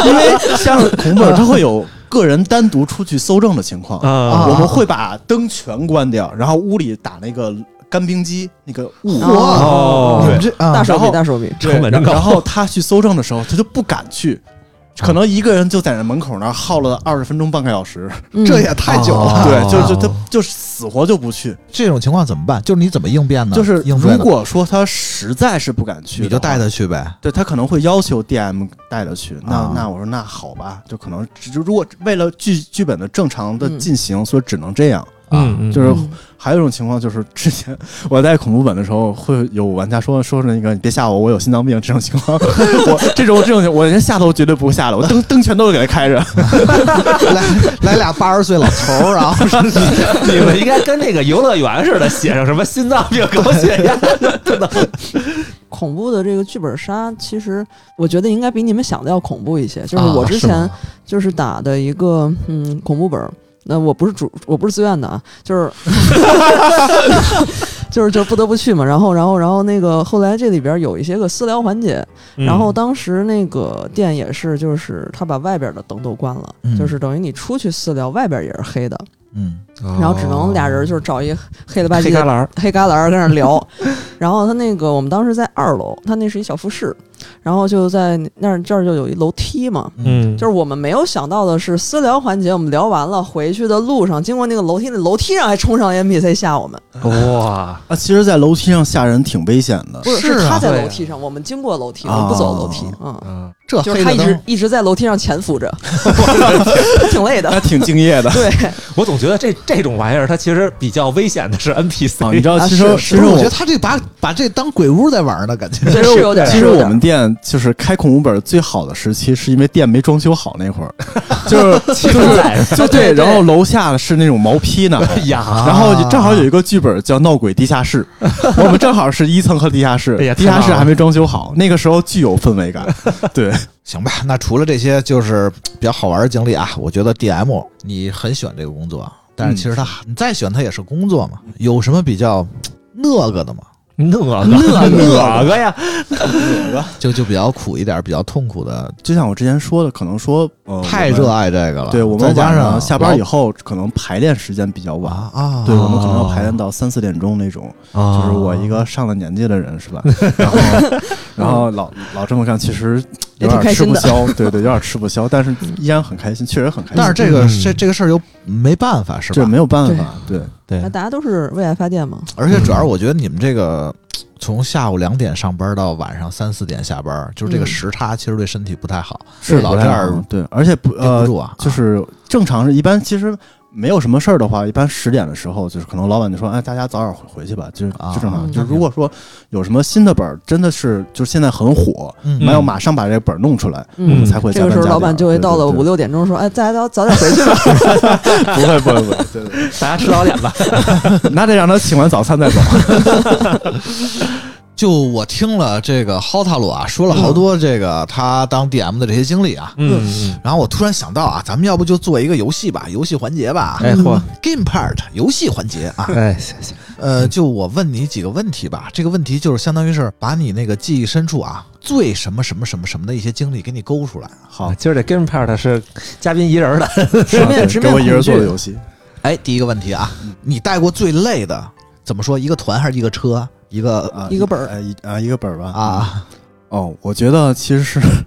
Speaker 4: 因为像恐怖本它会有个人单独出去搜证的情况，
Speaker 2: 啊
Speaker 4: 我们会把灯全关掉，然后屋里打那个干冰机那个雾。
Speaker 1: 哇
Speaker 2: 哦
Speaker 1: 你们这啊
Speaker 3: 大手
Speaker 4: 然
Speaker 3: 笔，
Speaker 4: 后
Speaker 3: 大手笔，
Speaker 4: 对
Speaker 2: 成本真高啊
Speaker 4: 然后他去搜证的时候，他就不敢去，可能一个人就在那门口那儿耗了二十分钟半个小时。
Speaker 3: 嗯
Speaker 1: 这也太久了。
Speaker 2: 哦
Speaker 4: 对，就就他就是死活就不去。
Speaker 1: 这种情况怎么办？就是你怎么应变呢？
Speaker 4: 就是
Speaker 1: 应对
Speaker 4: 如
Speaker 1: 呢
Speaker 4: 果说他实在是不敢去，
Speaker 1: 嗯你就带他。去 呗。
Speaker 4: 对他可能会要求 DM 带他去，那、
Speaker 1: 啊
Speaker 4: 那我说那好吧，就可能就如果为了剧剧本的正常的
Speaker 3: 嗯
Speaker 4: 进行，所以只能这样。
Speaker 2: 嗯，嗯
Speaker 4: 就是
Speaker 3: 嗯
Speaker 4: 还有一种情况就是，之前我在恐怖本的时候，会有玩家说说那个你别吓我，我有心脏病这种情 况，我这种这种我连吓都绝对不会吓的，我灯灯全都给他开着。
Speaker 1: 来来俩八十岁老头儿，啊然后是
Speaker 2: 你们应该跟那个游乐园似的，写上什么心脏病、高血压，真的
Speaker 3: 恐怖的这个剧本杀，其实我觉得应该比你们想的要恐怖一些。
Speaker 4: 啊
Speaker 3: 就是我之前就是打的一个嗯恐怖本儿，那我不是主，我不是自愿的啊，就是 就是就是不得不去嘛。然后然后然后那个后来这里边儿有一些个私聊环节，
Speaker 2: 嗯
Speaker 3: 然后当时那个店也是，就是他把外边的灯都关了，
Speaker 1: 嗯
Speaker 3: 就是等于你出去私聊，外边也是黑的，
Speaker 1: 嗯，
Speaker 3: 然后只能俩人就是找一黑了吧唧
Speaker 2: 哦黑
Speaker 3: 的
Speaker 2: 旮旯儿，
Speaker 3: 黑旮旯儿跟那儿聊。 然后他那个我们当时在二楼，他那是一小复式，然后就在那儿这儿就有一楼梯嘛。
Speaker 2: 嗯，
Speaker 3: 就是我们没有想到的是，私聊环节我们聊完了，回去的路上经过那个楼梯，那楼梯上还冲上 NPC 吓我们，
Speaker 2: 哇，
Speaker 4: 啊，其实，在楼梯上吓人挺危险 的
Speaker 3: 不。
Speaker 1: 是
Speaker 3: 是
Speaker 1: 啊
Speaker 3: 他在
Speaker 2: 对
Speaker 3: 楼梯上，我们经过楼梯，我们不走楼梯，
Speaker 4: 哦
Speaker 3: 嗯，
Speaker 2: 嗯，
Speaker 1: 这
Speaker 3: 就是
Speaker 1: 黑
Speaker 3: 他
Speaker 1: 的
Speaker 3: 一直
Speaker 1: 灯
Speaker 3: 一直在楼梯上潜伏 着， 挺累的
Speaker 4: 还。挺敬业的
Speaker 3: 对，
Speaker 2: 我总觉得这这种玩意儿，它其实比较危险的是
Speaker 4: 啊！你
Speaker 2: NPC，
Speaker 4: 知道，
Speaker 1: 啊
Speaker 4: 其实、
Speaker 1: 是
Speaker 4: 其
Speaker 1: 是
Speaker 4: 实
Speaker 1: 我觉得他这把把这当鬼屋在玩呢，感觉
Speaker 3: 对，是有点儿，是
Speaker 4: 其实
Speaker 3: 有
Speaker 4: 我
Speaker 3: 点儿
Speaker 4: 们店就是开恐怖本最好的时期，是因为店没装修好那会儿， 就是就是就对，
Speaker 3: 对对
Speaker 4: 然后楼下是那种毛坯 呢，
Speaker 2: 哎 呀，
Speaker 1: 啊
Speaker 4: 然后正好有一个剧本叫《闹鬼地下室》， 我们正好是一层和地下室
Speaker 2: 哎呀，
Speaker 4: 地
Speaker 2: 太
Speaker 4: 下室
Speaker 2: 棒了
Speaker 4: 还没装修好，那个时候具有氛围感。对，
Speaker 1: 行吧，那除了这些就是比较好玩的经历啊，我觉得 DM 你很喜欢这个工作，但是其实他、
Speaker 2: 嗯
Speaker 1: 你再喜欢他也是工作嘛，有什么比较那个的吗？
Speaker 2: 那个那个呀，
Speaker 1: 就就比较苦一点，比较痛苦的，
Speaker 4: 就像我之前说的，可能说呃
Speaker 1: 太
Speaker 4: 我
Speaker 1: 热
Speaker 4: 们
Speaker 1: 爱这个了。
Speaker 4: 对我
Speaker 1: 再
Speaker 4: 们
Speaker 1: 加
Speaker 4: 晚
Speaker 1: 上
Speaker 4: 上下班以
Speaker 1: 后
Speaker 4: 后，可能排练时间比较晚。
Speaker 1: 啊啊，
Speaker 4: 对我们可能要 排练到三四点钟那种，就
Speaker 2: 就是
Speaker 4: 我一个上了年纪的人是 吧？然后，然后老老这么干，其实有
Speaker 3: 也挺
Speaker 4: 点
Speaker 3: 开
Speaker 4: 吃
Speaker 3: 心
Speaker 4: 不
Speaker 3: 的
Speaker 4: 消，对对，有点吃不消，但是依然很开心，确实很开心。
Speaker 1: 但是这个、
Speaker 2: 嗯
Speaker 1: 这这个事儿又没办法，是
Speaker 4: 这
Speaker 1: 吧？
Speaker 4: 没有办法，哎对，
Speaker 2: 对
Speaker 3: 那大家都是为爱发电
Speaker 4: 嗯
Speaker 3: 嘛，
Speaker 1: 而且主要是我觉得你们这个从下午两点上班到晚上三四点下班，就是这个
Speaker 3: 嗯
Speaker 1: 时差其实对身体不太好，
Speaker 4: 是
Speaker 1: 老
Speaker 4: 不
Speaker 1: 这
Speaker 4: 太好
Speaker 1: 样
Speaker 4: 对，而且不
Speaker 1: 顶不
Speaker 4: 呃
Speaker 1: 住啊。
Speaker 4: 就
Speaker 1: 啊
Speaker 4: 是正常是一般，其实没有什么事儿的话，一般十点的时候，就是可能老板就说：“哎，大家早点回回去吧。”就是
Speaker 1: 啊
Speaker 4: 就正常。
Speaker 3: 嗯
Speaker 4: 就是如果说有什么新的本儿，真的是就是现在很火，
Speaker 1: 嗯
Speaker 4: 没有马上把这本儿弄出来，我
Speaker 3: 嗯
Speaker 4: 们才会加
Speaker 3: 这
Speaker 4: 班
Speaker 3: 个时候
Speaker 4: 加
Speaker 3: 老板
Speaker 4: 点
Speaker 3: 就会
Speaker 4: 对
Speaker 3: 到
Speaker 4: 对
Speaker 3: 了
Speaker 4: 对
Speaker 3: 五六点钟说：“哎，大家早早点回去 吧。
Speaker 4: 不会不会不会，对对
Speaker 2: 大家吃早点吧。
Speaker 4: 对 那得让他请完早餐再走。啊
Speaker 1: 就我听了这个浩塔鲁啊，说了好多这个他当 DM 的这些经历啊，
Speaker 2: 嗯，嗯
Speaker 1: 然后我突然想到啊，咱们要不就做一个游戏吧，游戏环节吧、
Speaker 2: 哎嚯，
Speaker 1: g a m e part 游戏环节啊，
Speaker 2: 哎，行行
Speaker 1: 呃，就我问你几个问题吧，这个问题就是相当于是把你那个记忆深处啊最什么什么什么什么的一些经历给你勾出来，啊
Speaker 4: 好，
Speaker 2: 今儿这 game part 是嘉宾一人儿的，
Speaker 4: 直
Speaker 3: 面直面
Speaker 4: 给我一人
Speaker 3: 恐惧
Speaker 4: 做的游戏，
Speaker 1: 哎，第一个问题啊，
Speaker 4: 嗯
Speaker 1: 你带过最累的，怎么说？一个团还是一个车？一个
Speaker 4: 啊
Speaker 3: 一个本儿
Speaker 4: 呃一啊一个本儿吧
Speaker 1: 啊，
Speaker 4: 哦，我觉得其实是，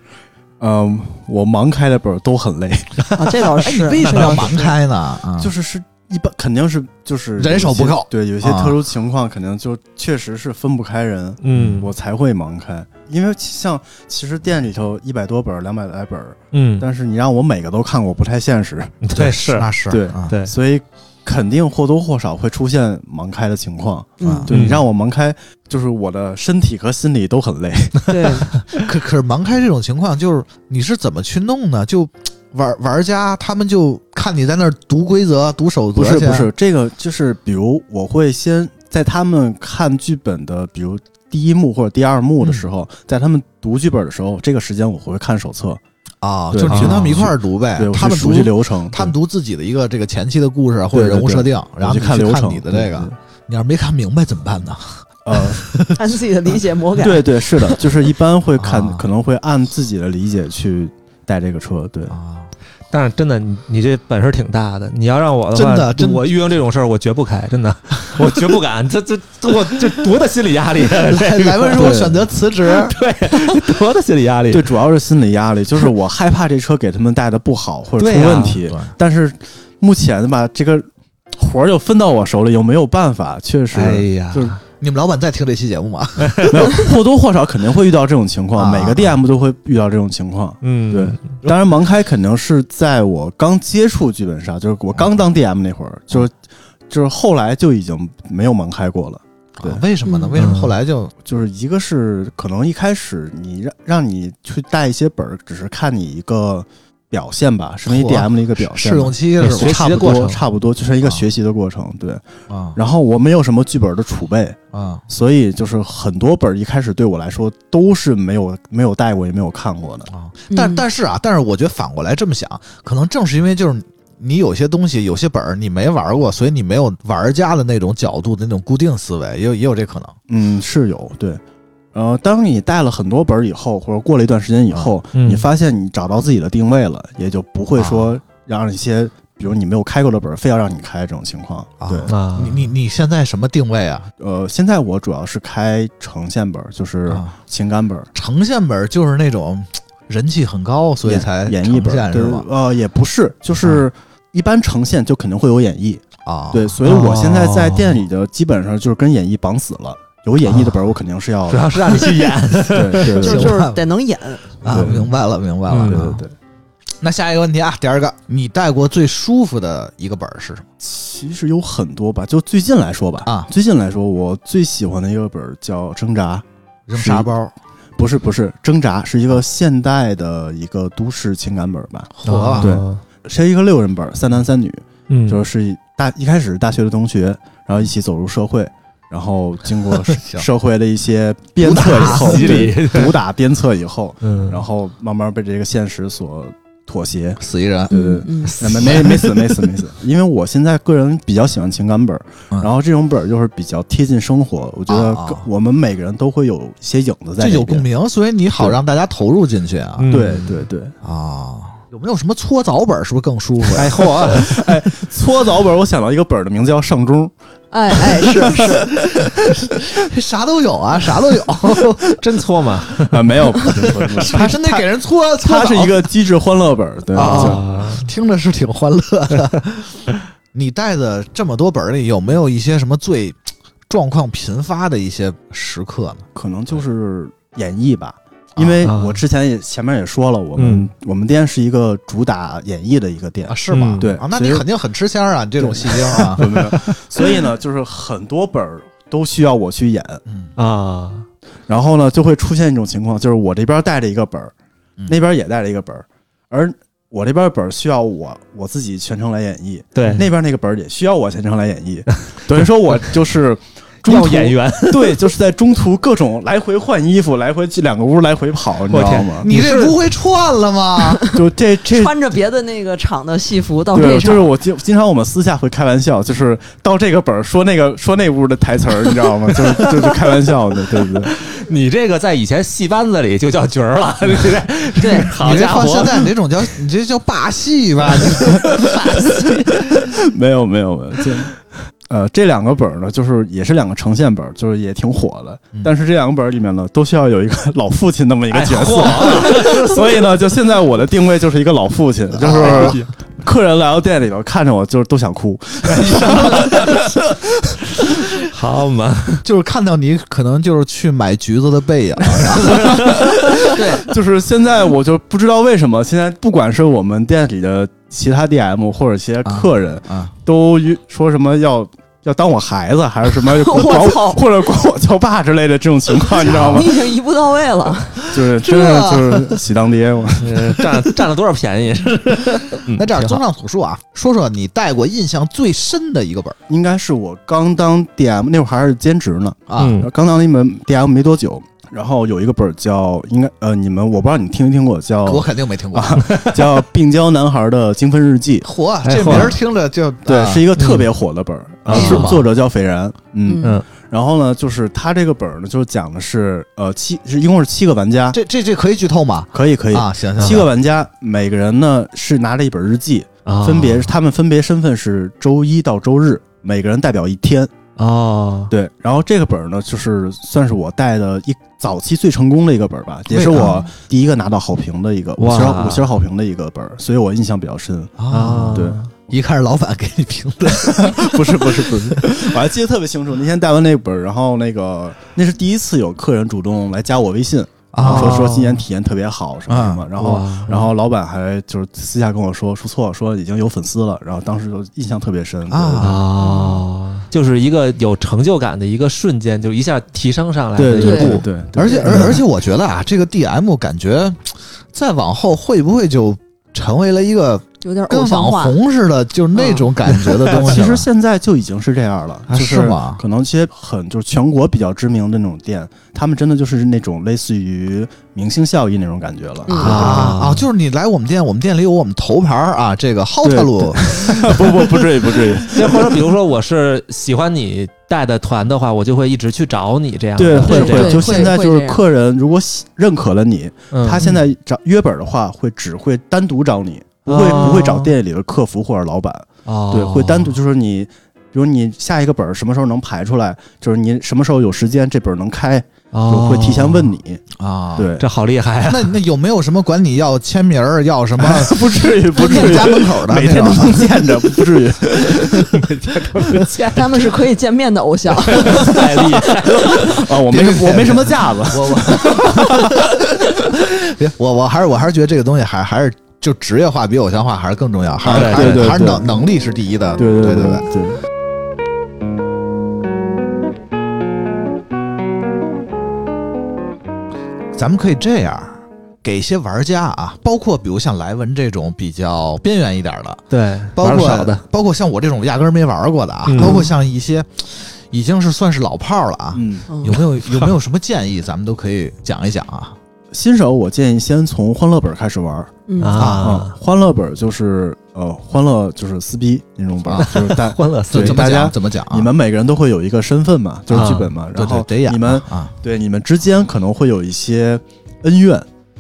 Speaker 4: 嗯，我盲开的本儿都很累，”
Speaker 3: 啊，这
Speaker 4: 嗯
Speaker 3: 倒
Speaker 1: 哎，你
Speaker 3: 是。
Speaker 1: 为什么要
Speaker 3: 这倒
Speaker 1: 盲
Speaker 3: 是？
Speaker 1: 开呢？啊，
Speaker 4: 就是是一般肯定是就是
Speaker 1: 人手
Speaker 4: 有些
Speaker 1: 不够
Speaker 4: 对，有一些
Speaker 1: 啊
Speaker 4: 特殊情况肯定就确实是分不开人，
Speaker 2: 嗯
Speaker 4: 我才会盲开，因为其像其实店里头一百多本儿、两百来本儿，
Speaker 2: 嗯，
Speaker 4: 但是你让我每个都看过不太现实，
Speaker 2: 对是，
Speaker 1: 那是
Speaker 4: 对
Speaker 1: 啊
Speaker 2: 对
Speaker 4: 所以肯定或多或少会出现盲开的情况。
Speaker 3: 嗯，
Speaker 4: 对你
Speaker 2: 嗯
Speaker 4: 让我盲开，就是我的身体和心理都很累。
Speaker 3: 对，
Speaker 1: 可可是盲开这种情况，就是你是怎么去弄呢？就玩玩家他们就看你在那儿读规则、读守则
Speaker 4: 不是
Speaker 1: 去
Speaker 4: 不是，这个就是比如我会先在他们看剧本的，比如第一幕或者第二幕
Speaker 1: 嗯
Speaker 4: 的时候，在他们读剧本的时候，这个时间我会看手册，
Speaker 1: 啊，就
Speaker 4: 对
Speaker 1: 是你跟他们
Speaker 2: 啊
Speaker 1: 一块儿读呗
Speaker 4: 对，我，
Speaker 1: 哎他
Speaker 4: 去
Speaker 1: 们
Speaker 4: 熟
Speaker 1: 读
Speaker 4: 悉流程，
Speaker 1: 他们
Speaker 4: 对
Speaker 1: 读自己的一个这个前期的故事啊或者
Speaker 4: 对对
Speaker 1: 人物
Speaker 4: 对
Speaker 1: 设定，然后
Speaker 4: 我
Speaker 1: 你
Speaker 4: 去看
Speaker 1: 去
Speaker 4: 流程嗯
Speaker 1: 你的这个
Speaker 4: 对对，
Speaker 1: 你要是没看明白怎么办呢？
Speaker 4: 呃，
Speaker 3: 按自己的理解魔改。
Speaker 4: 对对 是的，就是一般会看，
Speaker 1: 啊
Speaker 4: 可能会按自己的理解去带这个车，对。
Speaker 1: 啊，
Speaker 2: 但是真的，你你这本事挺大的。你要让我的话，
Speaker 1: 真的真
Speaker 2: 我遇上这种事儿，我绝不开，真的，我绝不敢。这这这我这多大心理压力？ 啊
Speaker 1: 来来问说，我选择辞职，
Speaker 2: 多大心理压力？
Speaker 4: 对，主要是心理压力，就是我害怕这车给他们带的不好或者
Speaker 2: 对啊
Speaker 4: 出
Speaker 2: 呀
Speaker 4: 问题。
Speaker 1: 对
Speaker 4: 但是目前吧，这个活儿又分到我手里，又没有办法，确实、
Speaker 2: 哎呀，
Speaker 4: 就是
Speaker 1: 你们老板在听这期节目吗？
Speaker 4: 没有或多或少肯定会遇到这种情
Speaker 1: 啊
Speaker 4: 况，每个 DM 都会遇到这种情况。
Speaker 2: 嗯，
Speaker 4: 对，当然盲开肯定是在我刚接触剧本杀，就是我刚
Speaker 1: 啊
Speaker 4: 当 DM 那会儿，就是就是后来就已经没有盲开过了。对
Speaker 1: 啊为什么呢？
Speaker 3: 嗯
Speaker 1: 为什么后来就
Speaker 4: 就是一个是可能一开始你让让你去带一些本儿，只是看你一个表现吧，是你
Speaker 1: 嚯
Speaker 4: DM 的一个表现
Speaker 1: 试
Speaker 4: 吧。
Speaker 1: 用期
Speaker 2: 对
Speaker 1: 是
Speaker 2: 学习
Speaker 1: 吧？
Speaker 2: 的
Speaker 4: 差不
Speaker 2: 过
Speaker 4: 多，
Speaker 2: 程
Speaker 4: 差不多就是一个
Speaker 1: 啊
Speaker 4: 学习的过程，对。
Speaker 1: 啊
Speaker 4: 然后我没有什么剧本的储备，
Speaker 1: 啊
Speaker 4: 所以就是很多本儿一开始对我来说都是没有没有带过也没有看过的。
Speaker 1: 啊！
Speaker 3: 嗯
Speaker 1: 但但是啊，但是我觉得反过来这么想，可能正是因为就是。你有些东西，有些本儿你没玩过，所以你没有玩家的那种角度的那种固定思维，也有也有这可能。
Speaker 4: 嗯，是有对。呃，当你带了很多本儿以后，或者过了一段时间以后，
Speaker 1: 啊
Speaker 2: 嗯
Speaker 4: 你发现你找到自己的定位了，也就不会
Speaker 1: 啊
Speaker 4: 说让一些比如你没有开过的本儿非要让你开这种情况。
Speaker 1: 啊
Speaker 4: 对，
Speaker 2: 啊，
Speaker 1: 你你你现在什么定位啊？
Speaker 4: 呃，现在我主要是开呈现本儿，就是
Speaker 1: 啊
Speaker 4: 情感本儿。
Speaker 1: 呈现本儿就是那种人气很高，所以
Speaker 4: 演
Speaker 1: 才
Speaker 4: 演绎
Speaker 1: 呈
Speaker 4: 本儿
Speaker 1: 现
Speaker 4: 对
Speaker 1: 是啊吧？
Speaker 4: 呃，也不是，就是一般呈现就肯定会有演绎，
Speaker 1: 啊，
Speaker 4: 对，所以我现在在店里的基本上就是跟演绎绑死了。有演绎的本儿，我肯定是要
Speaker 2: 主 要是让你去演。
Speaker 4: 对 对对
Speaker 3: 就
Speaker 1: 行
Speaker 3: 是
Speaker 1: 吧
Speaker 4: 对
Speaker 3: 就是得能演，
Speaker 1: 啊，
Speaker 4: 对
Speaker 1: 明白了，明白了。
Speaker 2: 嗯
Speaker 4: 对
Speaker 1: 啊
Speaker 4: 对。
Speaker 1: 那下一个问题啊，第二个，你带过最舒服的一个本儿是什么
Speaker 4: 其实有很多吧，就最近来说吧，
Speaker 1: 啊
Speaker 4: 最近来说，我最喜欢的一个本儿叫《挣扎》，
Speaker 1: 扔沙包，
Speaker 4: 不是不是，《挣扎》是一个现代的一个都市情感本儿吧，
Speaker 1: 嚯，
Speaker 4: 对是一个六人本儿，三男三女，
Speaker 2: 啊嗯，
Speaker 4: 就是大一开始大学的同学，然后一起走入社会，然后经过
Speaker 1: 行
Speaker 4: 社会的一些鞭策以后，
Speaker 2: 毒打
Speaker 4: 对
Speaker 2: 洗礼
Speaker 4: 毒打鞭策以后，
Speaker 2: 嗯，
Speaker 4: 然后慢慢被这个现实所 妥协。
Speaker 1: 死一人
Speaker 4: 对对，
Speaker 3: 嗯，
Speaker 4: 对没没没死没死没死，因为我现在个人比较喜欢情感本儿，
Speaker 1: 嗯
Speaker 4: 然后这种本儿就是比较贴近生活，我觉得
Speaker 1: 啊
Speaker 4: 跟我们每个人都会有一些影子在
Speaker 1: 这
Speaker 4: 里
Speaker 1: 有
Speaker 4: 边
Speaker 1: 共。鸣，所以你好
Speaker 4: 对
Speaker 1: 让大家投入进去啊
Speaker 2: 嗯
Speaker 4: 对对对，
Speaker 1: 啊！有没有什么搓澡本儿是不是更舒服呀？
Speaker 4: 嚯！哎，搓澡本儿，我想到一个本儿的名字叫《上钟》，
Speaker 3: 哎哎是 是，
Speaker 1: 啥都有啊，啥都有，
Speaker 2: 真搓嘛
Speaker 4: 啊，没有，不是不是不是
Speaker 1: 还真得给人搓搓
Speaker 4: 它
Speaker 1: 澡
Speaker 4: 是一个机智欢乐本儿，对
Speaker 1: 啊
Speaker 4: 就
Speaker 2: 啊，
Speaker 1: 听着是挺欢乐 的。你带的这么多本儿里，有没有一些什么最状况频发的一些时刻呢？
Speaker 4: 可能就是演绎吧。因为
Speaker 2: 啊
Speaker 4: 我之前也前面也说了，我们、我们店是一个主打演艺的一个店
Speaker 1: 嗯啊，，是吗？
Speaker 2: 嗯
Speaker 4: 对
Speaker 1: 啊，那你
Speaker 4: 所以
Speaker 1: 肯定很吃香啊，你这种戏精 啊，
Speaker 4: 对不对？所以呢，就是很多本儿都需要我去演，
Speaker 2: 啊，
Speaker 4: 然后呢，就会出现一种情况，就是我这边带着一个本儿
Speaker 1: 嗯，
Speaker 4: 那边也带着一个本儿，而我这边的本儿需要我我自己全程来演绎，
Speaker 2: 对，
Speaker 4: 那边那个本儿也需要我全程来演 绎，等于说我就是中
Speaker 2: 要
Speaker 4: 途
Speaker 2: 演员，
Speaker 4: 对，就是在中途各种来回换衣服，来回去两个屋来回跑，你知
Speaker 2: 我
Speaker 4: 道
Speaker 2: 天
Speaker 4: 吗？
Speaker 1: 你这不会串了 吗？
Speaker 4: 就这这。
Speaker 3: 穿着别的那个厂的戏服到
Speaker 4: 对，
Speaker 3: 这
Speaker 4: 就是
Speaker 3: 场，
Speaker 4: 我经经常我们私下会开玩笑，就是到这个本儿说那个说那屋的台词儿，你知道 吗？就是就是开玩笑的，对不对？
Speaker 2: 你这个在以前戏班子里就叫角儿了，你这
Speaker 3: 对
Speaker 2: 好
Speaker 1: 你这
Speaker 2: 家
Speaker 1: 放现
Speaker 2: 伙，
Speaker 1: 在你这种 叫你这叫霸戏吧？ 你
Speaker 4: 没有没有没有，就呃这两个本儿呢，就是也是两个呈现本儿，就是也挺火的。但是这两个本儿里面呢，都需要有一个哎老父亲那么一
Speaker 2: 哎
Speaker 4: 个角色，所以呢，就现在我的定位就是一个老父亲，就是客人来到店里头看着我，就是都想哭。
Speaker 2: 好嘛，
Speaker 1: 就是看到你可能就是去买橘子的背影，
Speaker 4: 就是现在我就不知道为什么，现在不管是我们店里的其他 DM 或者其他客人，
Speaker 1: 啊
Speaker 4: 都约说什么要。要当我孩子还 是什么管
Speaker 3: 我操
Speaker 4: 或者管我叫爸之类的这种情况，你知道吗
Speaker 3: 你？已经一步到位了。
Speaker 4: 就是真的
Speaker 1: 啊
Speaker 4: 就是喜当爹嘛。
Speaker 2: 呃占占了多少便 宜？
Speaker 1: 那这样
Speaker 2: 挺好
Speaker 1: 综上所述啊，说说你带过印象最深的一个本儿
Speaker 4: 应该是我刚当 DM 那会儿还是兼职呢，
Speaker 1: 啊，
Speaker 2: 嗯
Speaker 4: 刚当一门 DM 没多久，然后有一个本儿叫应该呃你们我不知道你听没听过叫
Speaker 1: 我肯定没听过。
Speaker 4: 叫《病娇男孩的精分日记》，
Speaker 1: 嚯，
Speaker 2: 哎
Speaker 1: 这名儿听着就
Speaker 4: 对，
Speaker 1: 啊
Speaker 4: 是一个特别火的本儿，
Speaker 2: 嗯
Speaker 4: 啊
Speaker 1: 是吗
Speaker 4: 作者叫斐然，嗯，
Speaker 2: 嗯
Speaker 4: 然后呢就是他这个本儿呢就是讲的是呃七是一共是七个玩家，
Speaker 1: 这这这可以剧透吗？
Speaker 4: 可以可以。
Speaker 1: 啊，行行，
Speaker 4: 七个玩家，每个人呢是拿着一本日记，
Speaker 2: 啊
Speaker 4: 分别他们分别身份是周一到周日，每个人代表一天。
Speaker 2: 哦，
Speaker 4: 对，然后这个本儿呢，就是算是我带的一早期最成功的一个本儿吧，也是
Speaker 1: 为啥
Speaker 4: 我第一个拿到好评的一个五
Speaker 2: 哇
Speaker 4: 星儿五星儿好评的一个本儿，所以我印象比 较深。
Speaker 1: 啊
Speaker 2: 啊，，
Speaker 4: 对，
Speaker 1: 一看是老板给你评论，
Speaker 4: 不是不是不是，我还记得特别清楚，那天带完那本儿，然后那个那是第一次有客人主动来加我微信，
Speaker 2: 哦
Speaker 1: 啊
Speaker 4: 说说今年体验特别好什么什么，然后
Speaker 2: 哇
Speaker 4: 然后老板还就是私下跟我说说错，说已经有粉丝了，然后当时就印象特别深
Speaker 1: 啊
Speaker 2: 哦，
Speaker 4: 啊
Speaker 2: 就是一个有成就感的一个瞬间，就一下提升上来的
Speaker 4: 对
Speaker 2: 一个
Speaker 4: 对
Speaker 2: 步。
Speaker 4: 对，对
Speaker 1: 而且而而且我觉得啊，这个 DM 感觉再往后会不会就成为了一个
Speaker 3: 有点偶
Speaker 1: 跟
Speaker 3: 像
Speaker 1: 网
Speaker 3: 化，
Speaker 1: 红似的，就是那种感觉的东西
Speaker 4: 其
Speaker 1: 了？
Speaker 4: 实现在就已经是这样了，
Speaker 1: 啊
Speaker 4: 就是
Speaker 1: 吗
Speaker 4: 可能一些很就是全国比较知名的那种店，他们真的就是那种类似于明星效益那种感觉了。
Speaker 3: 嗯
Speaker 1: 啊啊，就是你来我们店，我们店里有我们头牌儿啊，这个 Hot
Speaker 4: 对
Speaker 1: l
Speaker 4: 不不不至于不至于，
Speaker 2: 对，或者比如说我是喜欢你带的团的话，我就会一直去找你这样的。
Speaker 4: 对会
Speaker 2: 是这样
Speaker 4: 会，
Speaker 3: 对
Speaker 4: 就现在
Speaker 3: 会
Speaker 4: 就
Speaker 3: 这
Speaker 4: 是
Speaker 3: 样
Speaker 4: 客人如果喜认可了你，
Speaker 2: 嗯
Speaker 4: 他现在找约本的话，会只会单独找你，不会
Speaker 2: 哦
Speaker 4: 不会找店里的客服或者老板，
Speaker 2: 哦
Speaker 4: 对，会单独就是你。比如你下一个本儿什么时候能排出来，就是你什么时候有时间，这本儿能开，就
Speaker 2: 哦
Speaker 4: 会提前问你。
Speaker 1: 啊，。
Speaker 4: 对，
Speaker 2: 这好厉 害啊！
Speaker 1: 那那有没有什么管你要签名儿，要什么
Speaker 4: 不至 于，不至于
Speaker 1: 家门口的
Speaker 4: 每
Speaker 1: 那
Speaker 4: 天都
Speaker 1: 种？
Speaker 4: 能见着，不至于。
Speaker 3: 他们是可以见面的偶 像。
Speaker 2: 太厉害了，
Speaker 4: 啊，我没
Speaker 1: 别别
Speaker 4: 我没什么架子，
Speaker 1: 我 我别我我还是我还是觉得这个东西还还是就职业化比偶像化还是更重要，还是
Speaker 2: 对
Speaker 1: 还是
Speaker 4: 哎对
Speaker 1: 还是
Speaker 4: 对
Speaker 1: 能能力是第一的，
Speaker 4: 对
Speaker 1: 对
Speaker 4: 对
Speaker 1: 对。
Speaker 4: 对。
Speaker 1: 咱们可以这样，给一些玩家啊，包括比如像莱文这种比较边缘一点的，
Speaker 2: 对，
Speaker 1: 包
Speaker 2: 玩
Speaker 1: 括
Speaker 2: 少的，
Speaker 1: 包括像我这种压根儿没玩过的啊，
Speaker 2: 嗯
Speaker 1: 包括像一些已经是算是老炮儿了啊，
Speaker 4: 嗯，
Speaker 3: 嗯
Speaker 1: 有没有有没有什么建议，咱们都可以讲一讲啊。
Speaker 4: 新手我建议先从欢乐本开始玩儿
Speaker 3: 嗯
Speaker 2: 啊，
Speaker 4: 欢乐本就是呃，欢乐就是撕逼那种本儿，就是大
Speaker 2: 欢乐
Speaker 1: 怎
Speaker 4: 对
Speaker 1: 怎么
Speaker 4: 大家
Speaker 1: 讲？怎么讲啊？
Speaker 4: 你们每个人都会有一个身份嘛，就是剧本嘛，
Speaker 1: 对
Speaker 4: 然
Speaker 1: 对
Speaker 4: 后
Speaker 1: 得演
Speaker 4: 你们
Speaker 1: 啊
Speaker 4: 对你们之间可能会有一些恩怨，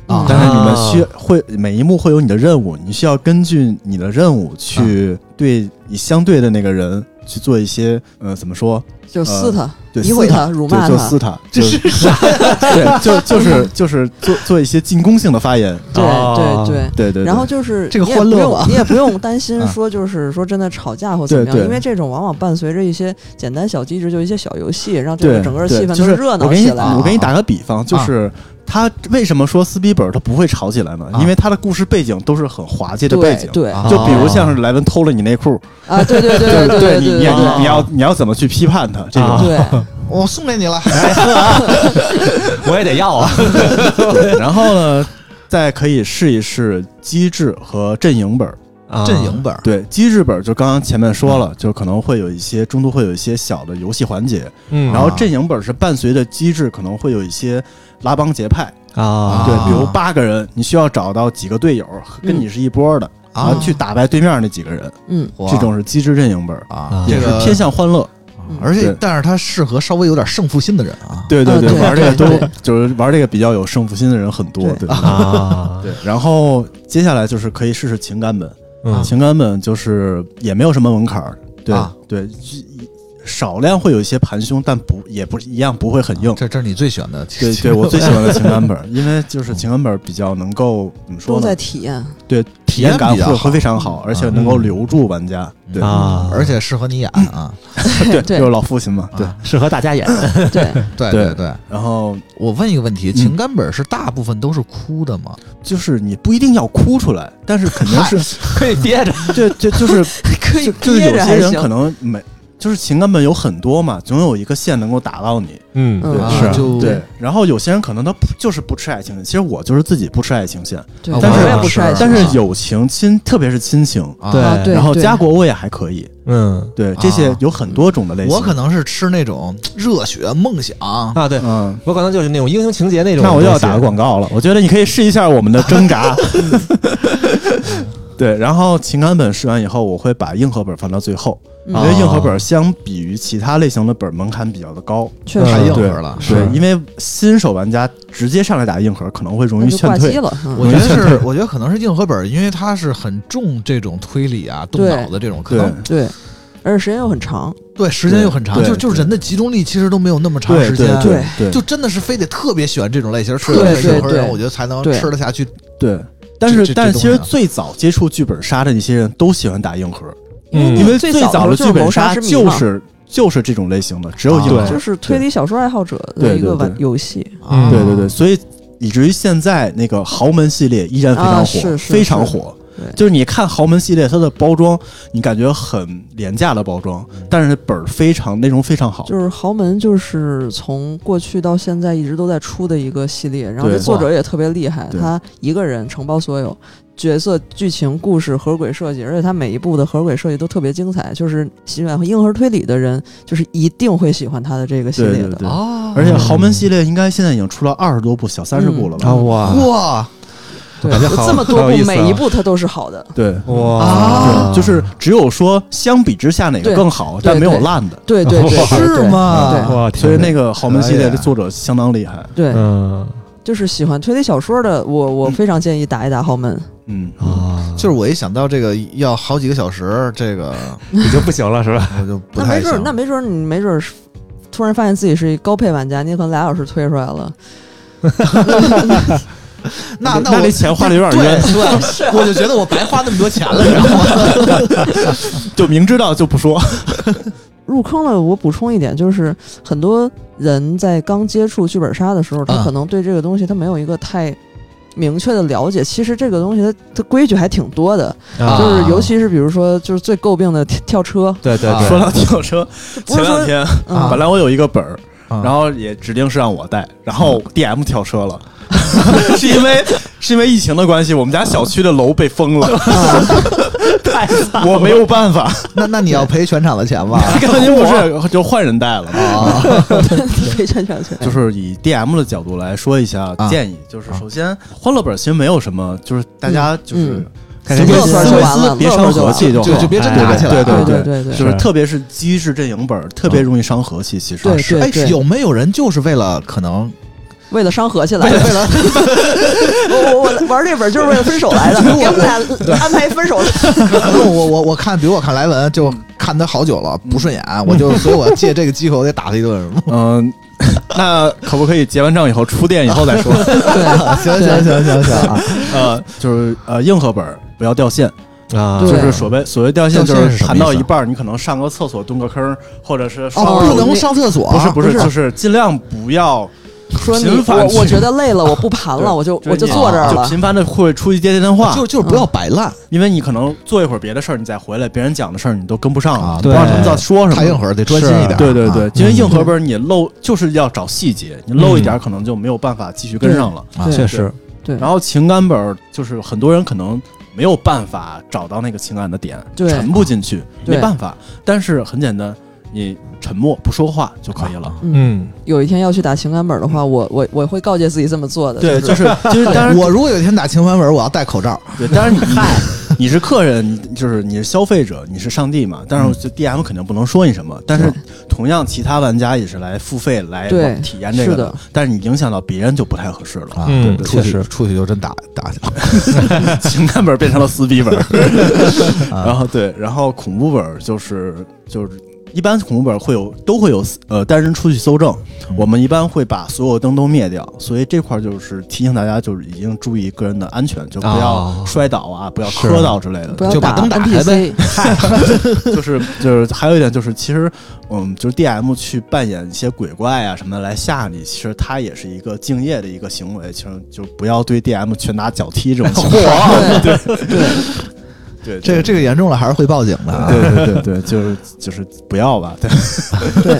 Speaker 1: 啊
Speaker 4: 但是你们需
Speaker 2: 啊
Speaker 4: 会每一幕会有你的任务，你需要根据你
Speaker 1: 啊
Speaker 4: 的任务去对你相对的那个人去做一些呃怎么说
Speaker 3: 就撕他，
Speaker 4: 对，
Speaker 3: 诋毁
Speaker 4: 撕
Speaker 3: 他，辱骂
Speaker 4: 对就 撕他，就是啥？对，就就是就是做做一些进攻性的发言，
Speaker 3: 对
Speaker 2: 哦
Speaker 3: 对对。
Speaker 4: 对对。对
Speaker 3: 然后就是
Speaker 1: 这个
Speaker 3: 你也
Speaker 1: 欢乐
Speaker 3: 不用
Speaker 1: 吧
Speaker 3: 你也不用担心
Speaker 4: 啊
Speaker 3: 说就是说真的吵架或怎
Speaker 4: 对
Speaker 3: 么样，
Speaker 4: 对
Speaker 3: 因为这种往往伴随着一些简单小机制，就一些小游戏，让这
Speaker 4: 对
Speaker 3: 个整个
Speaker 4: 对
Speaker 3: 气氛
Speaker 4: 就
Speaker 3: 都
Speaker 4: 是
Speaker 3: 热闹
Speaker 4: 我给你
Speaker 3: 起来。
Speaker 4: 我给你打个比方，
Speaker 1: 啊
Speaker 4: 就是。他为什么说撕逼本儿他不会吵起来呢？
Speaker 1: 啊
Speaker 4: 因为他的故事背景都是很滑稽的背
Speaker 3: 对
Speaker 4: 景，
Speaker 3: 对
Speaker 1: 啊
Speaker 4: 就比如像是莱文偷了你内裤，
Speaker 3: 啊，对对对对
Speaker 4: 对
Speaker 3: 对
Speaker 4: 你你
Speaker 3: 对
Speaker 4: 要你要你要怎么去批判他这种？
Speaker 2: 啊
Speaker 3: 对，
Speaker 1: 我送给你了。
Speaker 4: 哎
Speaker 2: 我也得要啊。
Speaker 4: 对然后呢， 再可以试一试机制和阵营本儿。
Speaker 2: 啊
Speaker 1: 阵营本儿
Speaker 4: 对，机制本儿就刚刚前面说了，就可能会有一些中途会有一些小的游戏环节，
Speaker 2: 嗯
Speaker 4: 然后阵营本儿是伴随着机制可能会有一些拉帮结派，
Speaker 2: 啊，
Speaker 4: 对，比如八个人，你需要找到几个队友跟你是一波的，然后
Speaker 1: 啊，
Speaker 4: 去打败啊对面那几个人，
Speaker 3: 嗯，
Speaker 1: 哇
Speaker 4: 这种是机制阵营本儿，
Speaker 1: 啊，
Speaker 4: 也
Speaker 1: 这
Speaker 4: 是
Speaker 1: 个
Speaker 4: 偏向欢乐。
Speaker 3: 啊
Speaker 1: 而且
Speaker 4: 对
Speaker 1: 但是它适合稍微有点胜负心的人啊。
Speaker 4: 对对
Speaker 3: 啊对
Speaker 4: 玩这个
Speaker 3: 对
Speaker 4: 都
Speaker 3: 对
Speaker 4: 就是玩这个比较有胜负心的人很多，
Speaker 3: 对
Speaker 4: 对吧
Speaker 2: 啊，
Speaker 4: 对。然后接下来就是可以试试情感本，
Speaker 2: 嗯
Speaker 4: 情感本就是也没有什么门槛儿，对、
Speaker 1: 啊
Speaker 4: 对，少量会有一些盘凶，但不也不一样不会很
Speaker 3: 啊
Speaker 4: 硬。
Speaker 1: 这这是你最喜欢的。
Speaker 4: 对对，我最喜欢的情感本儿，因为就是情感本儿比较能够怎么
Speaker 3: 都
Speaker 4: 说呢
Speaker 3: 在？体验。
Speaker 4: 对，体验感
Speaker 1: 体验比较
Speaker 4: 会
Speaker 1: 好
Speaker 4: 会非常
Speaker 3: 嗯
Speaker 4: 好，而且能够留住玩家。对
Speaker 2: 啊，
Speaker 1: 而且适合你演啊，
Speaker 4: 对，
Speaker 3: 对
Speaker 4: 就是老父亲嘛。对，
Speaker 2: 适合大家演
Speaker 3: 对，
Speaker 1: 对
Speaker 4: 嗯对嗯
Speaker 1: 对对。
Speaker 4: 然后
Speaker 1: 我问一个问题，情感本是大部分都是哭的吗？
Speaker 4: 就是你不一定要哭出来，但是肯定 是
Speaker 2: 可以憋着，
Speaker 4: 这这就是
Speaker 3: 可以
Speaker 4: 就就是
Speaker 3: 憋
Speaker 4: 有
Speaker 3: 着
Speaker 4: 些
Speaker 3: 还
Speaker 4: 人
Speaker 3: 行
Speaker 4: 可。能没，就是情感本有很多嘛，总有一个线能够打到你。
Speaker 2: 嗯
Speaker 3: 嗯
Speaker 1: 啊
Speaker 4: 是啊
Speaker 1: 就
Speaker 4: 对。然后有些人可能他不就是不吃爱情线，其实我就是自己不吃爱情线，
Speaker 3: 对
Speaker 1: 啊
Speaker 4: 但是
Speaker 3: 哦我也不是爱情
Speaker 4: 但
Speaker 3: 啊
Speaker 4: 是友情亲，特别是亲情，
Speaker 1: 啊
Speaker 2: 对
Speaker 3: 啊对，
Speaker 4: 然后
Speaker 3: 对
Speaker 4: 家国我也还可以。
Speaker 2: 嗯
Speaker 4: 对，这些
Speaker 1: 啊
Speaker 4: 有很多种的类型。
Speaker 1: 我可能是吃那种热血梦 想，
Speaker 2: 啊，对
Speaker 4: 嗯，
Speaker 2: 我可能就是那种英雄情节那种东西。
Speaker 4: 那我又要打个广告了。我觉得你可以试一下我们的 挣扎。对，然后情感本试完以后，我会把硬核本放到最后，
Speaker 3: 嗯
Speaker 4: 因为硬核本相比于其他类型的本门槛比较的高。
Speaker 3: 确
Speaker 1: 太硬
Speaker 2: 嗯
Speaker 3: 实
Speaker 1: 核
Speaker 4: 对
Speaker 1: 了。
Speaker 2: 是
Speaker 4: 对，因为新手玩家直接上来打硬核可能会容易
Speaker 3: 那就
Speaker 4: 劝
Speaker 3: 挂机
Speaker 4: 退。
Speaker 3: 了。嗯
Speaker 1: 我觉得是，我觉得可能是硬核本，因为它是很重这种推理啊、动
Speaker 3: 对
Speaker 1: 脑的这种，可
Speaker 4: 对
Speaker 1: 能
Speaker 3: 对，而且时间又很长。
Speaker 1: 对时间又很长，
Speaker 4: 对
Speaker 1: 就就是人的集中力其实都没有那么长
Speaker 4: 对
Speaker 1: 时
Speaker 4: 对
Speaker 1: 间，
Speaker 4: 对对
Speaker 1: 就真的是非得特别喜欢这种类型，吃
Speaker 3: 对
Speaker 1: 的这
Speaker 3: 对
Speaker 1: 种人，
Speaker 3: 对
Speaker 1: 我觉得才能
Speaker 3: 对
Speaker 1: 吃得下去。
Speaker 4: 对。但
Speaker 1: 这
Speaker 4: 是
Speaker 1: 这
Speaker 4: 但是
Speaker 1: 这
Speaker 4: 其实
Speaker 1: 东西啊
Speaker 4: 最早接触剧本杀的那些人都喜欢打硬核，
Speaker 2: 嗯
Speaker 4: 因为
Speaker 3: 最
Speaker 4: 最
Speaker 3: 早
Speaker 4: 早的
Speaker 3: 的时候
Speaker 4: 剧本
Speaker 3: 就是谋
Speaker 4: 杀
Speaker 3: 杀之谜
Speaker 4: 就
Speaker 3: 嘛
Speaker 4: 是就是这种类型的，只有
Speaker 1: 啊
Speaker 4: 硬核。
Speaker 1: 对
Speaker 3: 就是推理小说爱好者
Speaker 4: 对
Speaker 3: 的一个
Speaker 4: 对对嗯
Speaker 3: 玩游戏。
Speaker 1: 啊
Speaker 4: 对对
Speaker 3: 嗯
Speaker 4: 对，所以以至于现在那个豪门系列依然非常
Speaker 3: 啊
Speaker 4: 火，
Speaker 3: 是是
Speaker 4: 非常火
Speaker 3: 是对。
Speaker 4: 就是你看豪门系列，它的包装你感觉很廉价的包装，
Speaker 1: 嗯
Speaker 4: 但是本儿非常内容非常好。
Speaker 3: 就是豪门，就是从过去到现在一直都在出的一个系列，然后
Speaker 4: 对
Speaker 3: 这作者也特别厉害，
Speaker 4: 对
Speaker 3: 他一个人承包所有角色、剧情、故事、合轨设计，而且他每一部的合轨设计都特别精彩，就是喜欢硬核推理的人，就是一定会喜欢他的这个系
Speaker 4: 对
Speaker 3: 列
Speaker 4: 对
Speaker 3: 的。
Speaker 4: 对，
Speaker 1: 哦
Speaker 4: 而且豪门系列应该现在已经出了二十多部，小三十部了吧？
Speaker 1: 嗯
Speaker 2: 啊哇
Speaker 3: 嗯
Speaker 1: 哇，
Speaker 3: 对，
Speaker 2: 感觉
Speaker 3: 就
Speaker 2: 好
Speaker 3: 这么多
Speaker 2: 好有意
Speaker 3: 部，
Speaker 2: 思啊
Speaker 3: 每一部它都是好的。
Speaker 4: 对。
Speaker 2: 哇啊
Speaker 4: 对，就是只有说相比之下哪个
Speaker 3: 啊对
Speaker 4: 更好，
Speaker 3: 对
Speaker 4: 但没有
Speaker 3: 对
Speaker 4: 烂的，
Speaker 3: 对对对，
Speaker 2: 哇
Speaker 3: 对
Speaker 1: 是？吗？
Speaker 2: 哇，
Speaker 4: 所以那
Speaker 2: 个
Speaker 4: 个豪门系列
Speaker 1: 可
Speaker 4: 的
Speaker 1: 以
Speaker 4: 作者相当厉害。
Speaker 3: 对，对
Speaker 2: 嗯
Speaker 3: 就是喜欢推理小说的，我我非常建议打一打豪门。
Speaker 4: 嗯，
Speaker 2: 啊，
Speaker 1: 就是我一想到这个要好几个小时，这 个
Speaker 2: 已经不行了是吧？
Speaker 1: 我就不
Speaker 3: 那
Speaker 1: 太
Speaker 3: 没准儿
Speaker 1: 行，
Speaker 3: 那没准儿你没准儿是突然发现自己是一高配玩家，你可能俩小时推出来了。
Speaker 1: 那
Speaker 4: 那
Speaker 1: 我
Speaker 4: 这钱花的有点
Speaker 1: 对
Speaker 4: 冤，
Speaker 1: 对， 我就觉得我白花那么多钱了，你知道 吗？
Speaker 4: 就明知道就不说。
Speaker 3: 入坑了，我补充一点，就是很多人在刚接触剧本杀的时候，他
Speaker 1: 嗯
Speaker 3: 可能对这个东西他没有一个太明确的了解。其实这个东西它它规矩还挺多的，
Speaker 1: 啊
Speaker 3: 就是尤其是比如说就是最诟病的跳跳车，
Speaker 2: 对对
Speaker 1: 啊
Speaker 2: 对，
Speaker 4: 说到跳车，
Speaker 3: 不是
Speaker 4: 哎 前两
Speaker 3: 说
Speaker 4: 天
Speaker 1: 啊
Speaker 3: 嗯
Speaker 4: 本来我有一个本儿，
Speaker 1: 啊
Speaker 4: 然后也指定是让我带，然后 DM 跳车了， 是因为是因为疫情的关系，我们家小区的楼被封了， 我没有办法，
Speaker 1: 那那你要赔全场的钱 吧？
Speaker 4: 肯定不是就换人带了。
Speaker 1: 啊，
Speaker 3: 非常强权，
Speaker 4: 就是以 DM 的角度来说一下
Speaker 1: 啊
Speaker 4: 建议，就是首先欢乐本其实没有什么，就是大家就是
Speaker 3: 嗯
Speaker 4: 开
Speaker 3: 就
Speaker 4: 始
Speaker 3: 乐呵
Speaker 4: 思
Speaker 3: 就
Speaker 4: 维
Speaker 3: 完
Speaker 4: 思
Speaker 3: 了，
Speaker 4: 别
Speaker 3: 乐呵
Speaker 4: 伤
Speaker 3: 就
Speaker 4: 和
Speaker 3: 完
Speaker 4: 气
Speaker 3: 了
Speaker 4: 就
Speaker 1: 就
Speaker 4: 好
Speaker 1: 就。别真打起来
Speaker 4: 对
Speaker 1: 了。
Speaker 4: 对
Speaker 3: 对对对
Speaker 4: 就是特别是机制阵营本儿特
Speaker 1: 啊
Speaker 4: 别容易伤和气，其实啊
Speaker 3: 对
Speaker 4: 是
Speaker 3: 对
Speaker 1: 哎
Speaker 3: 对，
Speaker 1: 有没有人就是为了可能
Speaker 3: 为了伤和气来的，为了 我我我玩这本就是为了分手来的，给我们俩安排分手的。
Speaker 1: 可能我我我看，比如我看莱文，就看他好久了，不顺眼，我就所以我借这个机会我得打他一顿。
Speaker 4: 嗯， 那可不可以结完账以后出店以后 再说？
Speaker 1: 行行行行行啊，
Speaker 4: 呃，就是呃硬核本儿不要掉线，
Speaker 2: 啊，
Speaker 3: 对
Speaker 4: 就是所谓所谓掉线就
Speaker 1: 掉线是
Speaker 4: 是
Speaker 1: 什么
Speaker 4: 谈
Speaker 1: 意思啊
Speaker 4: 到一半儿你可能上个厕所蹲个坑儿，或者是稍
Speaker 1: 哦，
Speaker 4: 微
Speaker 1: 不能上厕所，啊
Speaker 4: 不是不是
Speaker 3: 哦不是
Speaker 4: 就是尽量不要
Speaker 3: 说你
Speaker 4: 频繁
Speaker 3: 我
Speaker 4: 去
Speaker 3: 我觉得累了，我 不盘了，
Speaker 4: 对
Speaker 3: 我就
Speaker 4: 就是
Speaker 3: 我就
Speaker 4: 你
Speaker 3: 坐这儿
Speaker 4: 就
Speaker 3: 了。
Speaker 4: 频繁的会出去接接电话，
Speaker 1: 就就是不要摆烂，
Speaker 4: 因为你可能做一会儿别的事儿，你再回来，别人讲的事儿你都跟不上
Speaker 1: 啊
Speaker 4: 了，不知道他们在说什么。
Speaker 1: 太硬核儿得专心一点。
Speaker 4: 对对对
Speaker 1: 啊，
Speaker 4: 因为硬核本儿你漏就是要找细节，你漏一点儿可能就没有办法继续跟上了。
Speaker 1: 啊
Speaker 2: 确实，
Speaker 3: 嗯对
Speaker 4: 然后情感本儿就是很多人可能没有办法找到那个情感的点，
Speaker 3: 对啊
Speaker 4: 沉不进去，
Speaker 3: 对
Speaker 4: 没办法。但是很简单，你沉默不说话就可以
Speaker 3: 啊
Speaker 4: 了。
Speaker 2: 嗯，
Speaker 3: 有一天要去打情感本的话，我我我会告诫自己这么做的。
Speaker 4: 对，
Speaker 3: 就
Speaker 4: 就是是就是，当 然
Speaker 1: 我如果有一天打情翻文，我要戴口罩。
Speaker 4: 对，当然你你是客人，你就是你是消费者，你是上帝嘛。但
Speaker 3: 嗯
Speaker 4: 是就 DM 肯定不能说你什么，但是同样其他玩家也是来付费来
Speaker 3: 对
Speaker 4: 体验这个
Speaker 3: 是的
Speaker 4: 但是你影响到别人就不太合适了。
Speaker 1: 啊，
Speaker 2: 嗯
Speaker 1: 对对出去
Speaker 2: 确实
Speaker 1: 出去就真打打起来了。
Speaker 3: 啊
Speaker 4: 情感本变成了撕逼本， 然后对，然后恐怖本就是就是。一般恐怖本会有都会有呃单人出去搜证，
Speaker 3: 嗯
Speaker 4: 我们一般会把所有灯都灭掉，所以这块儿就是提醒大家，就是已经注意个人的安全，就不
Speaker 2: 哦
Speaker 4: 要摔倒啊，不要磕到之类的，
Speaker 3: 不要
Speaker 1: 就把
Speaker 3: 打
Speaker 1: 灯打开
Speaker 3: NPC，
Speaker 4: 就是就是还有一点就是，其实嗯，就是 D M 去扮演一些鬼怪啊什么的来吓你，其实它也是一个敬业的一个行为，其实就不要对 D M 拳打脚踢这种情况。
Speaker 3: 对
Speaker 4: 对，
Speaker 1: 这个这个严重了还是会报警的。啊。
Speaker 4: 对对对对，就是就是不要吧。对，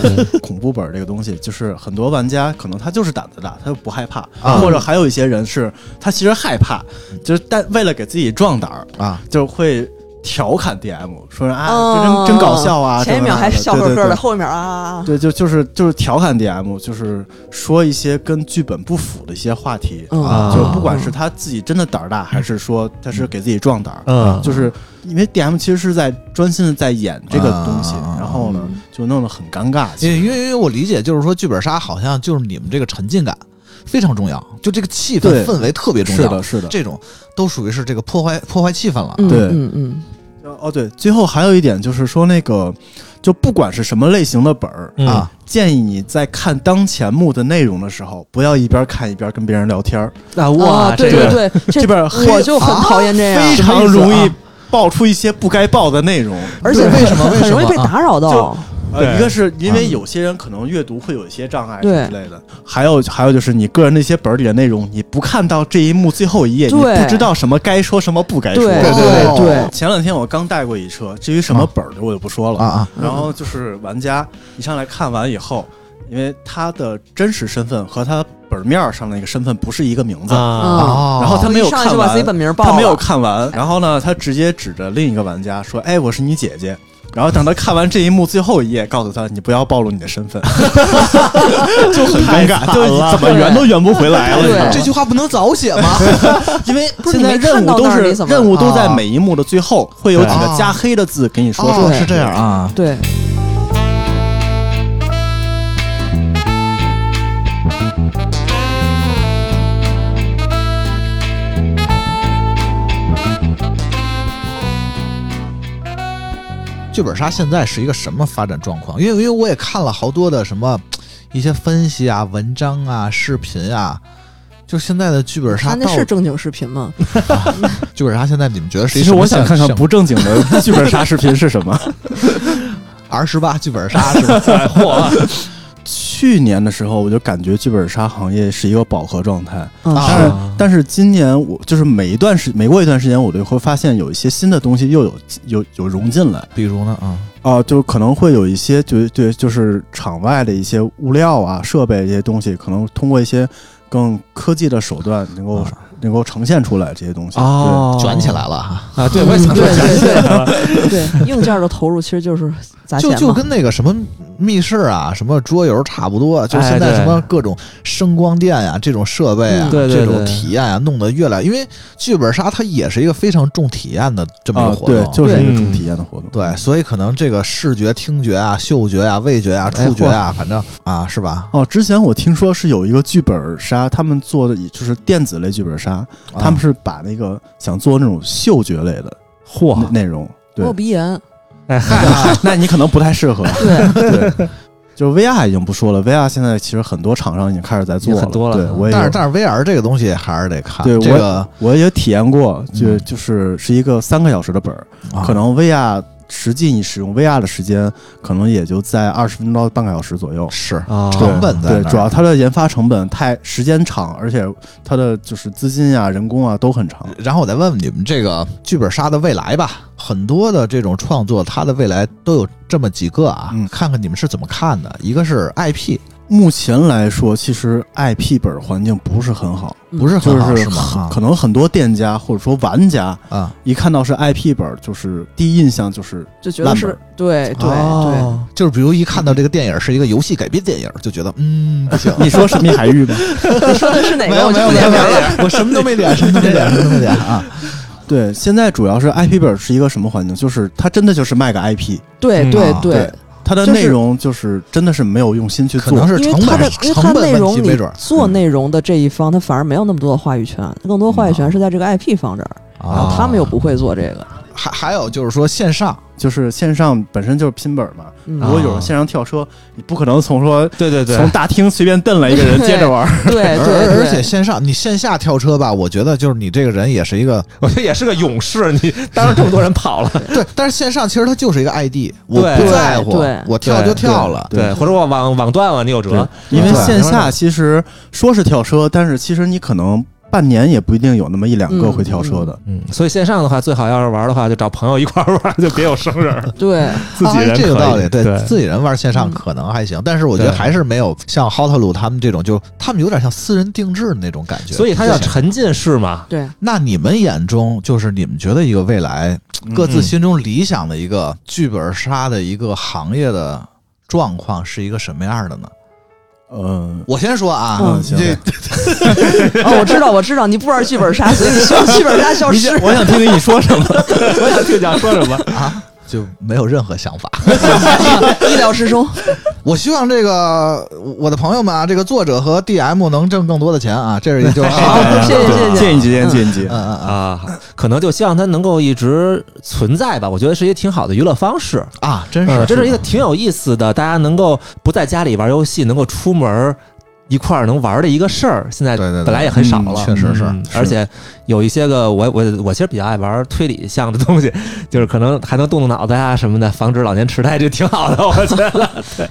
Speaker 3: 对
Speaker 4: 恐怖本儿这个东西，就是很多玩家可能他就是胆子大，他就不害怕，
Speaker 1: 啊
Speaker 4: 或者还有一些人是他其实害怕，就是但为了给自己壮胆儿，
Speaker 1: 啊，
Speaker 4: 就会调侃 DM 说 啊，这
Speaker 3: 嗯
Speaker 4: 真真搞笑啊，
Speaker 3: 前一秒还
Speaker 4: 这
Speaker 3: 笑呵
Speaker 4: 那
Speaker 3: 呵
Speaker 4: 对对
Speaker 3: 的，
Speaker 4: 对
Speaker 3: 后一秒啊啊啊，
Speaker 4: 对，就就是就是调侃 DM，就是说一些跟剧本不符的一些话题，
Speaker 3: 嗯
Speaker 2: 啊
Speaker 4: 就不管是他自己真的胆儿大，还是说他是给自己壮胆儿，啊
Speaker 2: 嗯，
Speaker 4: 就是因为 DM 其实是在专心的在演这个东西，
Speaker 1: 啊
Speaker 4: 然后呢就弄得很尴尬。其
Speaker 1: 因
Speaker 4: 实
Speaker 1: 为因为因为我理解就是说，剧本杀好像就是你们这个沉浸感非常重要，就这个气氛
Speaker 4: 对
Speaker 1: 氛围特别重
Speaker 4: 是
Speaker 1: 要
Speaker 4: 的，。是的。
Speaker 1: 这种都属于是这个破坏破坏气氛了。
Speaker 3: 嗯
Speaker 4: 对
Speaker 3: 嗯嗯，
Speaker 4: 哦，对，最后还有一点就是说，那个就不管是什么类型的本儿，
Speaker 2: 嗯
Speaker 1: 啊，
Speaker 4: 建议你在看当前幕的内容的时候，不要一边看一边跟别人聊天儿，
Speaker 2: 那
Speaker 3: 啊
Speaker 2: 哇，
Speaker 3: 对
Speaker 2: 这个
Speaker 3: 对对，
Speaker 4: 这边儿黑啊
Speaker 3: 我就很讨厌这样，
Speaker 4: 非常容
Speaker 1: 啊
Speaker 4: 易爆出一些不该爆的内容。
Speaker 3: 而且
Speaker 1: 对为什么
Speaker 3: 很
Speaker 1: 为什
Speaker 3: 很容易
Speaker 1: 么
Speaker 3: 被
Speaker 1: 啊
Speaker 3: 打扰到？
Speaker 4: 呃，
Speaker 2: 对
Speaker 4: 一个是因为有些人可能阅读会有一些障碍什
Speaker 3: 对
Speaker 4: 么之类的，还有还有就是你个人的一些本儿里的内容，你不看到这一幕最后一页，你
Speaker 3: 对
Speaker 4: 不知道什么该说什么不该
Speaker 3: 对
Speaker 4: 说。
Speaker 1: 对
Speaker 3: 对对，
Speaker 4: 前两天我刚带过一车，至于什么本儿的我就不说了
Speaker 1: 啊啊。
Speaker 4: 然后就是玩家一上来看完以后，因为他的真实身份和他本面儿上的那个身份不是一个名字，
Speaker 2: 啊，
Speaker 3: 嗯
Speaker 1: 哦，
Speaker 4: 然后他没有
Speaker 3: 上去
Speaker 4: 看
Speaker 3: 把自己
Speaker 4: 完，
Speaker 3: 本名报了，
Speaker 4: 他没有看完，然后呢，他直接指着另一个玩家说：“哎，我是你姐姐。”然后等他看完这一幕最后一页，告诉他你不要暴露你的身 份，就很尴尬，就怎么圆都圆不回来了。你知道吗
Speaker 1: 这句话不能早写吗？
Speaker 4: 因为
Speaker 3: 不是
Speaker 4: 现在
Speaker 3: 你没
Speaker 4: 任
Speaker 3: 看
Speaker 4: 务
Speaker 3: 到
Speaker 4: 都
Speaker 3: 那儿
Speaker 4: 是
Speaker 3: 你怎么
Speaker 4: 任务都在
Speaker 1: 啊
Speaker 4: 每一幕的最后会有几
Speaker 1: 对
Speaker 3: 啊
Speaker 4: 个加黑的字跟你说说
Speaker 1: 哦，是这样啊。
Speaker 3: 对，
Speaker 1: 剧本杀现在是一个什么发展状况？因为因为我也看了好多的什么一些分析啊、文章啊、视频啊，就现在的剧本杀
Speaker 3: 他啊那
Speaker 1: 到
Speaker 3: 是正经视频吗？
Speaker 1: 剧本杀现在你们觉得是
Speaker 4: 其
Speaker 1: 一
Speaker 4: 实
Speaker 1: 什
Speaker 4: 我
Speaker 1: 么
Speaker 4: 想
Speaker 1: 现
Speaker 4: 看
Speaker 1: 象？
Speaker 4: 看不正经的剧本杀视频是什么。
Speaker 1: R 十八剧本杀是吧？
Speaker 4: 去年的时候，我就感觉剧本杀行业是一个饱和状态，
Speaker 3: 嗯
Speaker 1: 啊
Speaker 4: 但是但是今年我就是每一段时每过一段时间，我就会发现有一些新的东西又有有有融进来
Speaker 1: 比如呢啊，
Speaker 4: 啊、就可能会有一些就对就是场外的一些物料啊、设备这些东西，可能通过一些更科技的手段能够、
Speaker 1: 啊
Speaker 4: 能够呈现出来这些东西。
Speaker 2: 哦，
Speaker 1: 卷起来了哈。嗯
Speaker 2: 啊，对，我也想说
Speaker 3: 对
Speaker 2: 卷起来了，
Speaker 3: 对对，硬件的投入其实 就是砸钱
Speaker 1: 就就
Speaker 3: 嘛，
Speaker 1: 跟那个什么密室啊、什么桌游差不多，就现在
Speaker 2: 哎对
Speaker 1: 什么各种声光电呀、这种设备啊、
Speaker 3: 嗯
Speaker 2: 对对
Speaker 1: 这种
Speaker 2: 对
Speaker 1: 体验啊，弄得越来，因为剧本杀它也是一个非常重体验的这么一
Speaker 4: 啊
Speaker 1: 个，活
Speaker 4: 对
Speaker 1: 动，，
Speaker 4: 就是一个
Speaker 2: 对
Speaker 4: 重体验的活动。
Speaker 1: 对，所以可能这个视觉、听觉啊、嗅觉啊、味觉啊、
Speaker 2: 哎
Speaker 1: 触觉啊，反正啊，是吧？
Speaker 4: 哦，之前我听说是有一个剧本杀，他们做的就是电子类剧本
Speaker 1: 啊
Speaker 4: 杀，他们是把那个想做那种嗅觉类的
Speaker 2: 嚯
Speaker 4: 内内容。对
Speaker 3: 我有，鼻炎，
Speaker 2: 哎
Speaker 1: 啊
Speaker 2: 嗨，
Speaker 4: 那你可能不太适合。
Speaker 3: 对，
Speaker 4: 对，就是 VR 已经不说了，VR 现在其实很多厂商已经开始在做
Speaker 2: 也很多了
Speaker 4: 对，我也
Speaker 1: 但是
Speaker 4: 有
Speaker 1: 但是 VR 这个东西还是得看，
Speaker 4: 对
Speaker 1: 这个
Speaker 4: 我也体验过，就
Speaker 1: 嗯
Speaker 4: 就是是一个三个小时的本儿，
Speaker 1: 啊
Speaker 4: 可能 VR 实际你使用 VR 的时间可能也就在二十分钟到半个小时左右。
Speaker 1: 是
Speaker 2: 啊，
Speaker 1: 成本在
Speaker 4: 对，
Speaker 1: 那儿
Speaker 4: 主要它的研发成本太时间长，而且它的就是资金啊、人工啊都很长。
Speaker 1: 然后我再问问你们这个剧本杀的未来吧，很多的这种创作，它的未来都有这么几个啊，
Speaker 4: 嗯
Speaker 1: 看看你们是怎么看的。一个是 IP
Speaker 4: 目前来说，其实 IP 本儿环境不是很好，
Speaker 3: 嗯
Speaker 1: 不是
Speaker 4: 就
Speaker 1: 很好、
Speaker 4: 是
Speaker 1: 吗？
Speaker 4: 很
Speaker 1: 啊
Speaker 4: 可能很多店家或者说玩家
Speaker 1: 啊，
Speaker 4: 一看到是 IP 本儿，就是第一印象就是，
Speaker 3: 就觉得是对对对，
Speaker 2: 哦
Speaker 1: 就是比如一看到这个电影是一个游戏改编电影，就觉得嗯不行
Speaker 4: 你说神秘海域吧？
Speaker 3: 你说的是哪
Speaker 1: 没
Speaker 3: 个？
Speaker 1: 有
Speaker 3: 我
Speaker 1: 没
Speaker 3: 就
Speaker 1: 有
Speaker 3: 不
Speaker 1: 没有
Speaker 3: 点
Speaker 1: 没
Speaker 3: 名
Speaker 1: 有
Speaker 3: 了。，
Speaker 1: 我什么都没点，什么都没点，什么都没点啊。
Speaker 4: 对，现在主要是 IP 本儿是一个什么环境？就是它真的就是卖个 IP，
Speaker 3: 对
Speaker 2: 嗯
Speaker 3: 对
Speaker 1: 啊
Speaker 4: 对它的内容就是真的是没有用心去
Speaker 1: 可
Speaker 4: 做
Speaker 1: 能。是
Speaker 3: 因为
Speaker 1: 成
Speaker 3: 它
Speaker 1: 本
Speaker 3: 的，因为它
Speaker 1: 成
Speaker 3: 内
Speaker 1: 本问
Speaker 3: 容
Speaker 1: 题
Speaker 3: 你
Speaker 1: 没准儿嗯
Speaker 3: 做内容的这一方，他反而没有那么多的话语权，更多话语
Speaker 1: 嗯
Speaker 3: 权是在这个 IP 方这儿，然后他们
Speaker 1: 哦
Speaker 3: 又不会做这个。
Speaker 1: 啊还还有就是说线上
Speaker 4: 就是线上本身就是拼本儿嘛，
Speaker 3: 嗯
Speaker 4: 如
Speaker 1: 啊
Speaker 4: 果有人线上跳车，你不可能从说
Speaker 2: 对对对，
Speaker 4: 从大厅随便瞪了一个人接 着玩儿。
Speaker 3: 哎对
Speaker 1: 而
Speaker 3: 对
Speaker 1: 而
Speaker 3: 对，
Speaker 1: 而且线上你线下跳车吧，我觉得就是你这个人也是一个
Speaker 2: 我觉得也是个勇士，你当着这么多人跑了，
Speaker 1: 对，但是线上其实它就是一个 ID，我
Speaker 2: 对
Speaker 1: 不在乎
Speaker 3: 对，
Speaker 1: 我跳就跳了。
Speaker 4: 对
Speaker 2: 对，或者我网网断了，你有辙，
Speaker 4: 因为
Speaker 1: 对
Speaker 4: 线下其实说是跳车，但是其实你可能半年也不一定有那么一两个
Speaker 3: 嗯
Speaker 4: 会跳车的。
Speaker 2: 嗯，所以线上的话，最好要是玩的话，就找朋友一块儿玩，就别有生人，
Speaker 3: 对
Speaker 2: 自己人
Speaker 1: 啊啊、这个
Speaker 2: 可以
Speaker 1: 道理，
Speaker 2: 对
Speaker 1: 自己人玩线上
Speaker 3: 嗯
Speaker 1: 可能还行，但是我觉得
Speaker 2: 对
Speaker 1: 还是没有像 Hot 鲁他们这种，就他们有点像私人定制的那种感觉。
Speaker 2: 所以它叫
Speaker 1: 对
Speaker 2: 沉浸 式嘛。
Speaker 3: 对，
Speaker 1: 那你们眼中，就是你们觉得一个未来各自
Speaker 2: 嗯
Speaker 1: 心中理想的一个剧本杀的一个行业的状况是一个什么样的呢？
Speaker 4: 嗯，
Speaker 1: 我先说啊，
Speaker 3: 嗯
Speaker 4: 行
Speaker 1: 这
Speaker 3: 哦，我知道我知道，你不玩剧本杀，所以你希望剧本杀消
Speaker 4: 你
Speaker 3: 失
Speaker 4: 想。呃我想听听你说什么。
Speaker 2: 我想听讲说什么，
Speaker 1: 啊就没有任何想法。
Speaker 3: 意料之中，
Speaker 1: 我希望这个我的朋友们啊，这个作者和 DM 能挣更多的钱啊，这是一就是
Speaker 3: 好
Speaker 1: 嗯，
Speaker 3: 谢谢谢谢
Speaker 4: 建议接建议接
Speaker 1: 嗯。嗯嗯
Speaker 2: 啊，可能就希望它能够一直存在吧。我觉得是一个挺好的娱乐方式，
Speaker 1: 啊，真
Speaker 2: 嗯
Speaker 1: 是
Speaker 2: 这是一个挺有意思的，大家能够不在家里玩游戏，能够出门儿一块儿能玩的一个事儿。现在
Speaker 1: 对对对
Speaker 2: 本来也很少
Speaker 4: 嗯
Speaker 2: 了，
Speaker 1: 确实是
Speaker 2: 嗯
Speaker 1: 是
Speaker 2: 而且有一些个我我我其实比较爱玩推理项的东西，就是可能还能动动脑袋啊什么的，防止老年痴呆，这挺好的，我觉得。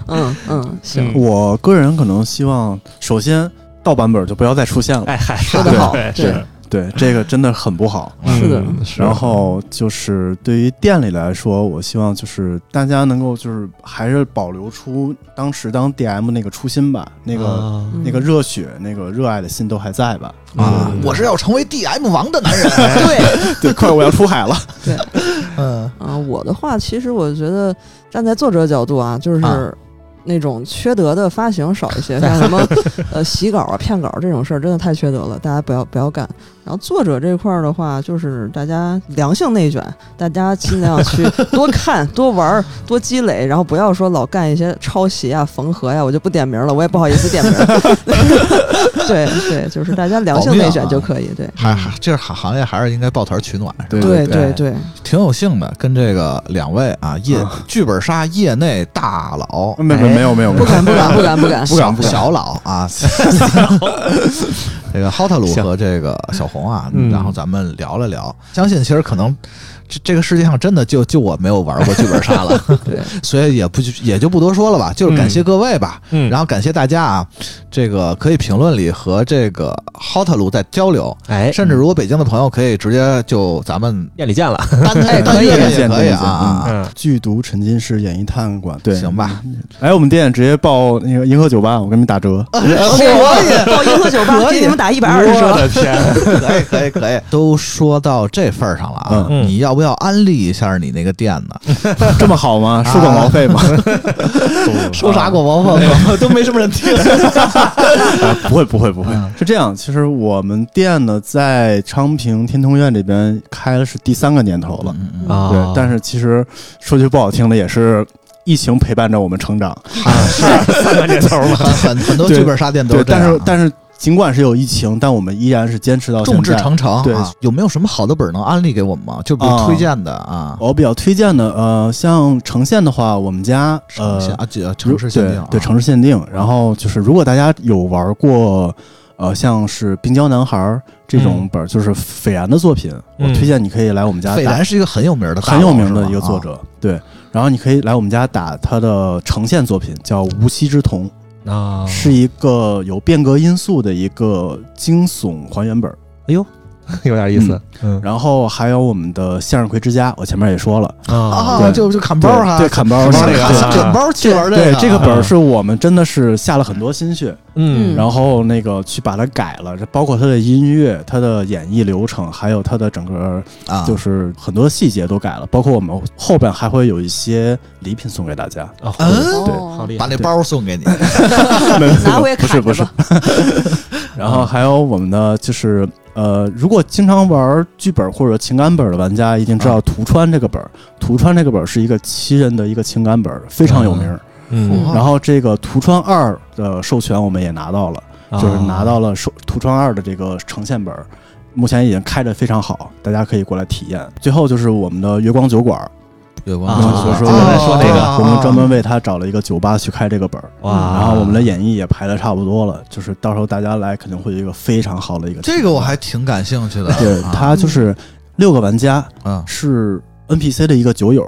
Speaker 3: 嗯嗯，行，
Speaker 2: 嗯，
Speaker 4: 我个人可能希望，首先盗版本就不要再出现了。
Speaker 2: 哎嗨，
Speaker 3: 说得好，
Speaker 5: 对
Speaker 3: 对
Speaker 5: 是，
Speaker 4: 对，这个真的很不好。
Speaker 3: 是的
Speaker 2: 嗯， 是
Speaker 4: 然后就是对于店里来说，我希望就是大家能够就是还是保留出当时当 DM 那个初心吧，那个、
Speaker 2: 啊
Speaker 3: 嗯
Speaker 4: 那个热血、那个热爱的心都还在吧。
Speaker 1: 啊
Speaker 2: 嗯，
Speaker 1: 我是要成为 DM 王的男 人。
Speaker 3: 哎对，
Speaker 4: 对，快我要出海了。
Speaker 1: 嗯
Speaker 3: 啊，我的话，其实我觉得站在作者角度啊，就是。
Speaker 1: 啊
Speaker 3: 那种缺德的发行少一 些，像什么呃洗稿啊、骗稿这种事儿，真的太缺德了，大家不要不要干。然后作者这块儿的话，就是大家良性内卷，大家尽量去多看、 多玩儿、多积累，然后不要说老干一些抄袭啊、缝合呀、我就不点名了，我也不好意思点名。 对对，就是大家良性内卷就可以。对
Speaker 1: 还还这行行业还是应该抱团取暖，是吧
Speaker 4: 对
Speaker 3: 对
Speaker 2: 对
Speaker 3: 对对，
Speaker 1: 挺有幸的，跟这个两位啊，业
Speaker 3: 嗯
Speaker 4: 啊
Speaker 1: 剧本杀业内大佬，
Speaker 4: 没没没有没有没
Speaker 3: 不
Speaker 4: 有，
Speaker 3: 敢不敢不敢不敢，
Speaker 1: 小小老 啊， 这个 Hot 鲁
Speaker 2: 行
Speaker 1: 和这个小红啊
Speaker 2: 嗯，
Speaker 1: 然后咱们聊了聊，相信其实可能。这这个世界上真的就就我没有玩过剧本杀 了，
Speaker 3: 对，
Speaker 1: 所以也不也就不多说了吧，就是感谢各位吧，
Speaker 2: 嗯，
Speaker 1: 然后感谢大家啊，这个可以评论里和这个 Hot 鲁在交流，
Speaker 2: 哎，
Speaker 1: 甚至如果北京的朋友可以直接就咱 们
Speaker 2: 店里见了，
Speaker 1: 单单单
Speaker 4: 可以
Speaker 1: 约
Speaker 4: 可以
Speaker 1: 也哎可以嗯
Speaker 4: 可以
Speaker 1: 啊啊，
Speaker 2: 嗯，
Speaker 4: 剧毒沉浸式演艺探馆，对，
Speaker 1: 行吧，
Speaker 4: 来我们店直接报那个银河酒吧，我给你们打折。
Speaker 3: 以到银河酒吧给你们打一百二十
Speaker 2: 我
Speaker 3: 折。
Speaker 2: 的天，
Speaker 1: 可以可以可以， 都说到这份儿上了啊，
Speaker 2: 嗯
Speaker 1: 你要不要安利一下你那个店呢？
Speaker 4: 这么好吗？
Speaker 1: 啊
Speaker 4: 收广告费吗？
Speaker 1: 收 啥广告 费？都没什么人 听。
Speaker 4: 啊不会不会不会
Speaker 1: 嗯，
Speaker 4: 是这样。其实我们店呢，在昌平天通苑这边开的是第三个年头了，
Speaker 1: 嗯
Speaker 2: 啊
Speaker 4: 对。但是其实说句不好听的，也是疫情陪伴着我们成长，
Speaker 1: 啊是
Speaker 2: 三个年头嘛，
Speaker 1: 很很很多剧本杀店都
Speaker 4: 对。
Speaker 1: 是这
Speaker 4: 但
Speaker 1: 样
Speaker 4: 是
Speaker 1: 啊。
Speaker 4: 但是尽管是有疫情，但我们依然是坚持到
Speaker 1: 众
Speaker 4: 现
Speaker 1: 志
Speaker 4: 在。
Speaker 1: 成城。
Speaker 4: 对
Speaker 1: 啊，有没有什么好的本儿能安利给我们吗？就比如
Speaker 4: 啊
Speaker 1: 推荐的啊，
Speaker 4: 我比较推荐的，呃，像城县的话，我们家
Speaker 1: 城
Speaker 4: 呃
Speaker 1: 县啊，这城市限定啊，
Speaker 4: 对对城市限定。然后就是，如果大家有玩过，呃，像是《冰胶男孩》这种本儿，就是斐然的作品，
Speaker 2: 嗯
Speaker 4: 我推荐你可以来我们家
Speaker 1: 斐
Speaker 4: 打，
Speaker 1: 然是一个啊很有名的大佬，
Speaker 4: 很有名的
Speaker 1: 是吧啊
Speaker 4: 一个作，者，对。然后你可以来我们家打他的呈现作品，叫《无锡之瞳》，
Speaker 2: 啊，
Speaker 4: 是一个有变革因素的一个惊悚还原本儿。
Speaker 2: 有点意思，嗯
Speaker 4: 然后还有我们的《向日葵之家》，我前面也说了，
Speaker 1: 啊
Speaker 2: 啊
Speaker 1: 啊，
Speaker 4: 对
Speaker 1: 就就砍包儿哈，
Speaker 4: 对，砍包
Speaker 1: 砍包
Speaker 4: 那个
Speaker 1: 这个
Speaker 2: 对
Speaker 1: 啊，砍包儿去玩
Speaker 4: 对，
Speaker 1: 这
Speaker 4: 这个本
Speaker 1: 啊
Speaker 4: 儿是我们真的是下了很多心血，
Speaker 2: 嗯，
Speaker 4: 然后那个去把它改了，这包括它的音乐、它的演绎流程，还有它的整个
Speaker 1: 啊，
Speaker 4: 就是很多细节都改了，包括我们后边还会有一些礼品送给大 家。
Speaker 2: 啊
Speaker 1: 嗯
Speaker 2: 好
Speaker 3: 哦
Speaker 2: 好，厉
Speaker 1: 把
Speaker 2: 害，
Speaker 1: 那包儿送给你，
Speaker 3: 拿回
Speaker 4: 不
Speaker 3: 砍
Speaker 4: 是
Speaker 3: 着
Speaker 4: 不是
Speaker 3: 吧，
Speaker 2: 嗯
Speaker 4: 然后还有我们的就是呃，如果经常玩剧本或者情感本的玩家，一定知道图川这个本儿。
Speaker 2: 嗯
Speaker 4: 图川这个本儿是一个七人的一个情感本儿，非常有名儿。
Speaker 2: 嗯，
Speaker 4: 然后这个图川二的授权我们也拿到了。
Speaker 2: 啊
Speaker 4: 就是拿到了手《图川二》的这个呈现本儿，目前已经开着非常好，大家可以过来体验。最后就是我们的月光酒馆儿，
Speaker 1: 月光
Speaker 2: 啊
Speaker 1: 族
Speaker 4: 所以说
Speaker 1: 啊
Speaker 4: 我
Speaker 2: 刚才说那个
Speaker 1: 啊
Speaker 4: 我们专门为他找了一个酒吧去开这个本儿，
Speaker 2: 哇，
Speaker 4: 然后我们的演绎也排的差不多了，就是到时候大家来肯定会有一个非常好的一个体验。
Speaker 1: 这个我还挺感兴趣的，
Speaker 4: 对
Speaker 1: 啊
Speaker 4: 他就是六个玩家
Speaker 1: 嗯
Speaker 4: 是 NPC 的一个酒友。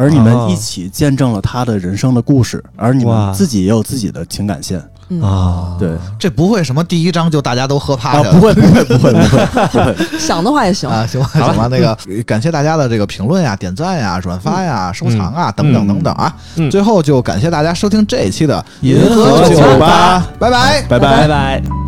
Speaker 4: 而你
Speaker 2: 啊
Speaker 4: 们一起见证了他的人生的故事，而你
Speaker 2: 哇
Speaker 4: 们自己也有自己的情感线，
Speaker 3: 嗯
Speaker 2: 啊，
Speaker 4: 对
Speaker 1: 这不会什么第一章就大家都喝趴
Speaker 4: 啊，
Speaker 1: 下
Speaker 4: 不
Speaker 1: 了。
Speaker 4: 会不会不会不会，
Speaker 3: 想的话也行，
Speaker 1: 啊，行吧，行吧，那个感谢大家的这个评论呀、点赞呀、转发呀、收藏啊等等等等啊。
Speaker 2: 嗯
Speaker 1: 最后就感谢大家收听这一期的
Speaker 2: 银河
Speaker 1: 酒
Speaker 2: 酒
Speaker 1: 吧
Speaker 4: 吧，
Speaker 1: 拜拜。
Speaker 4: 拜拜
Speaker 2: 拜。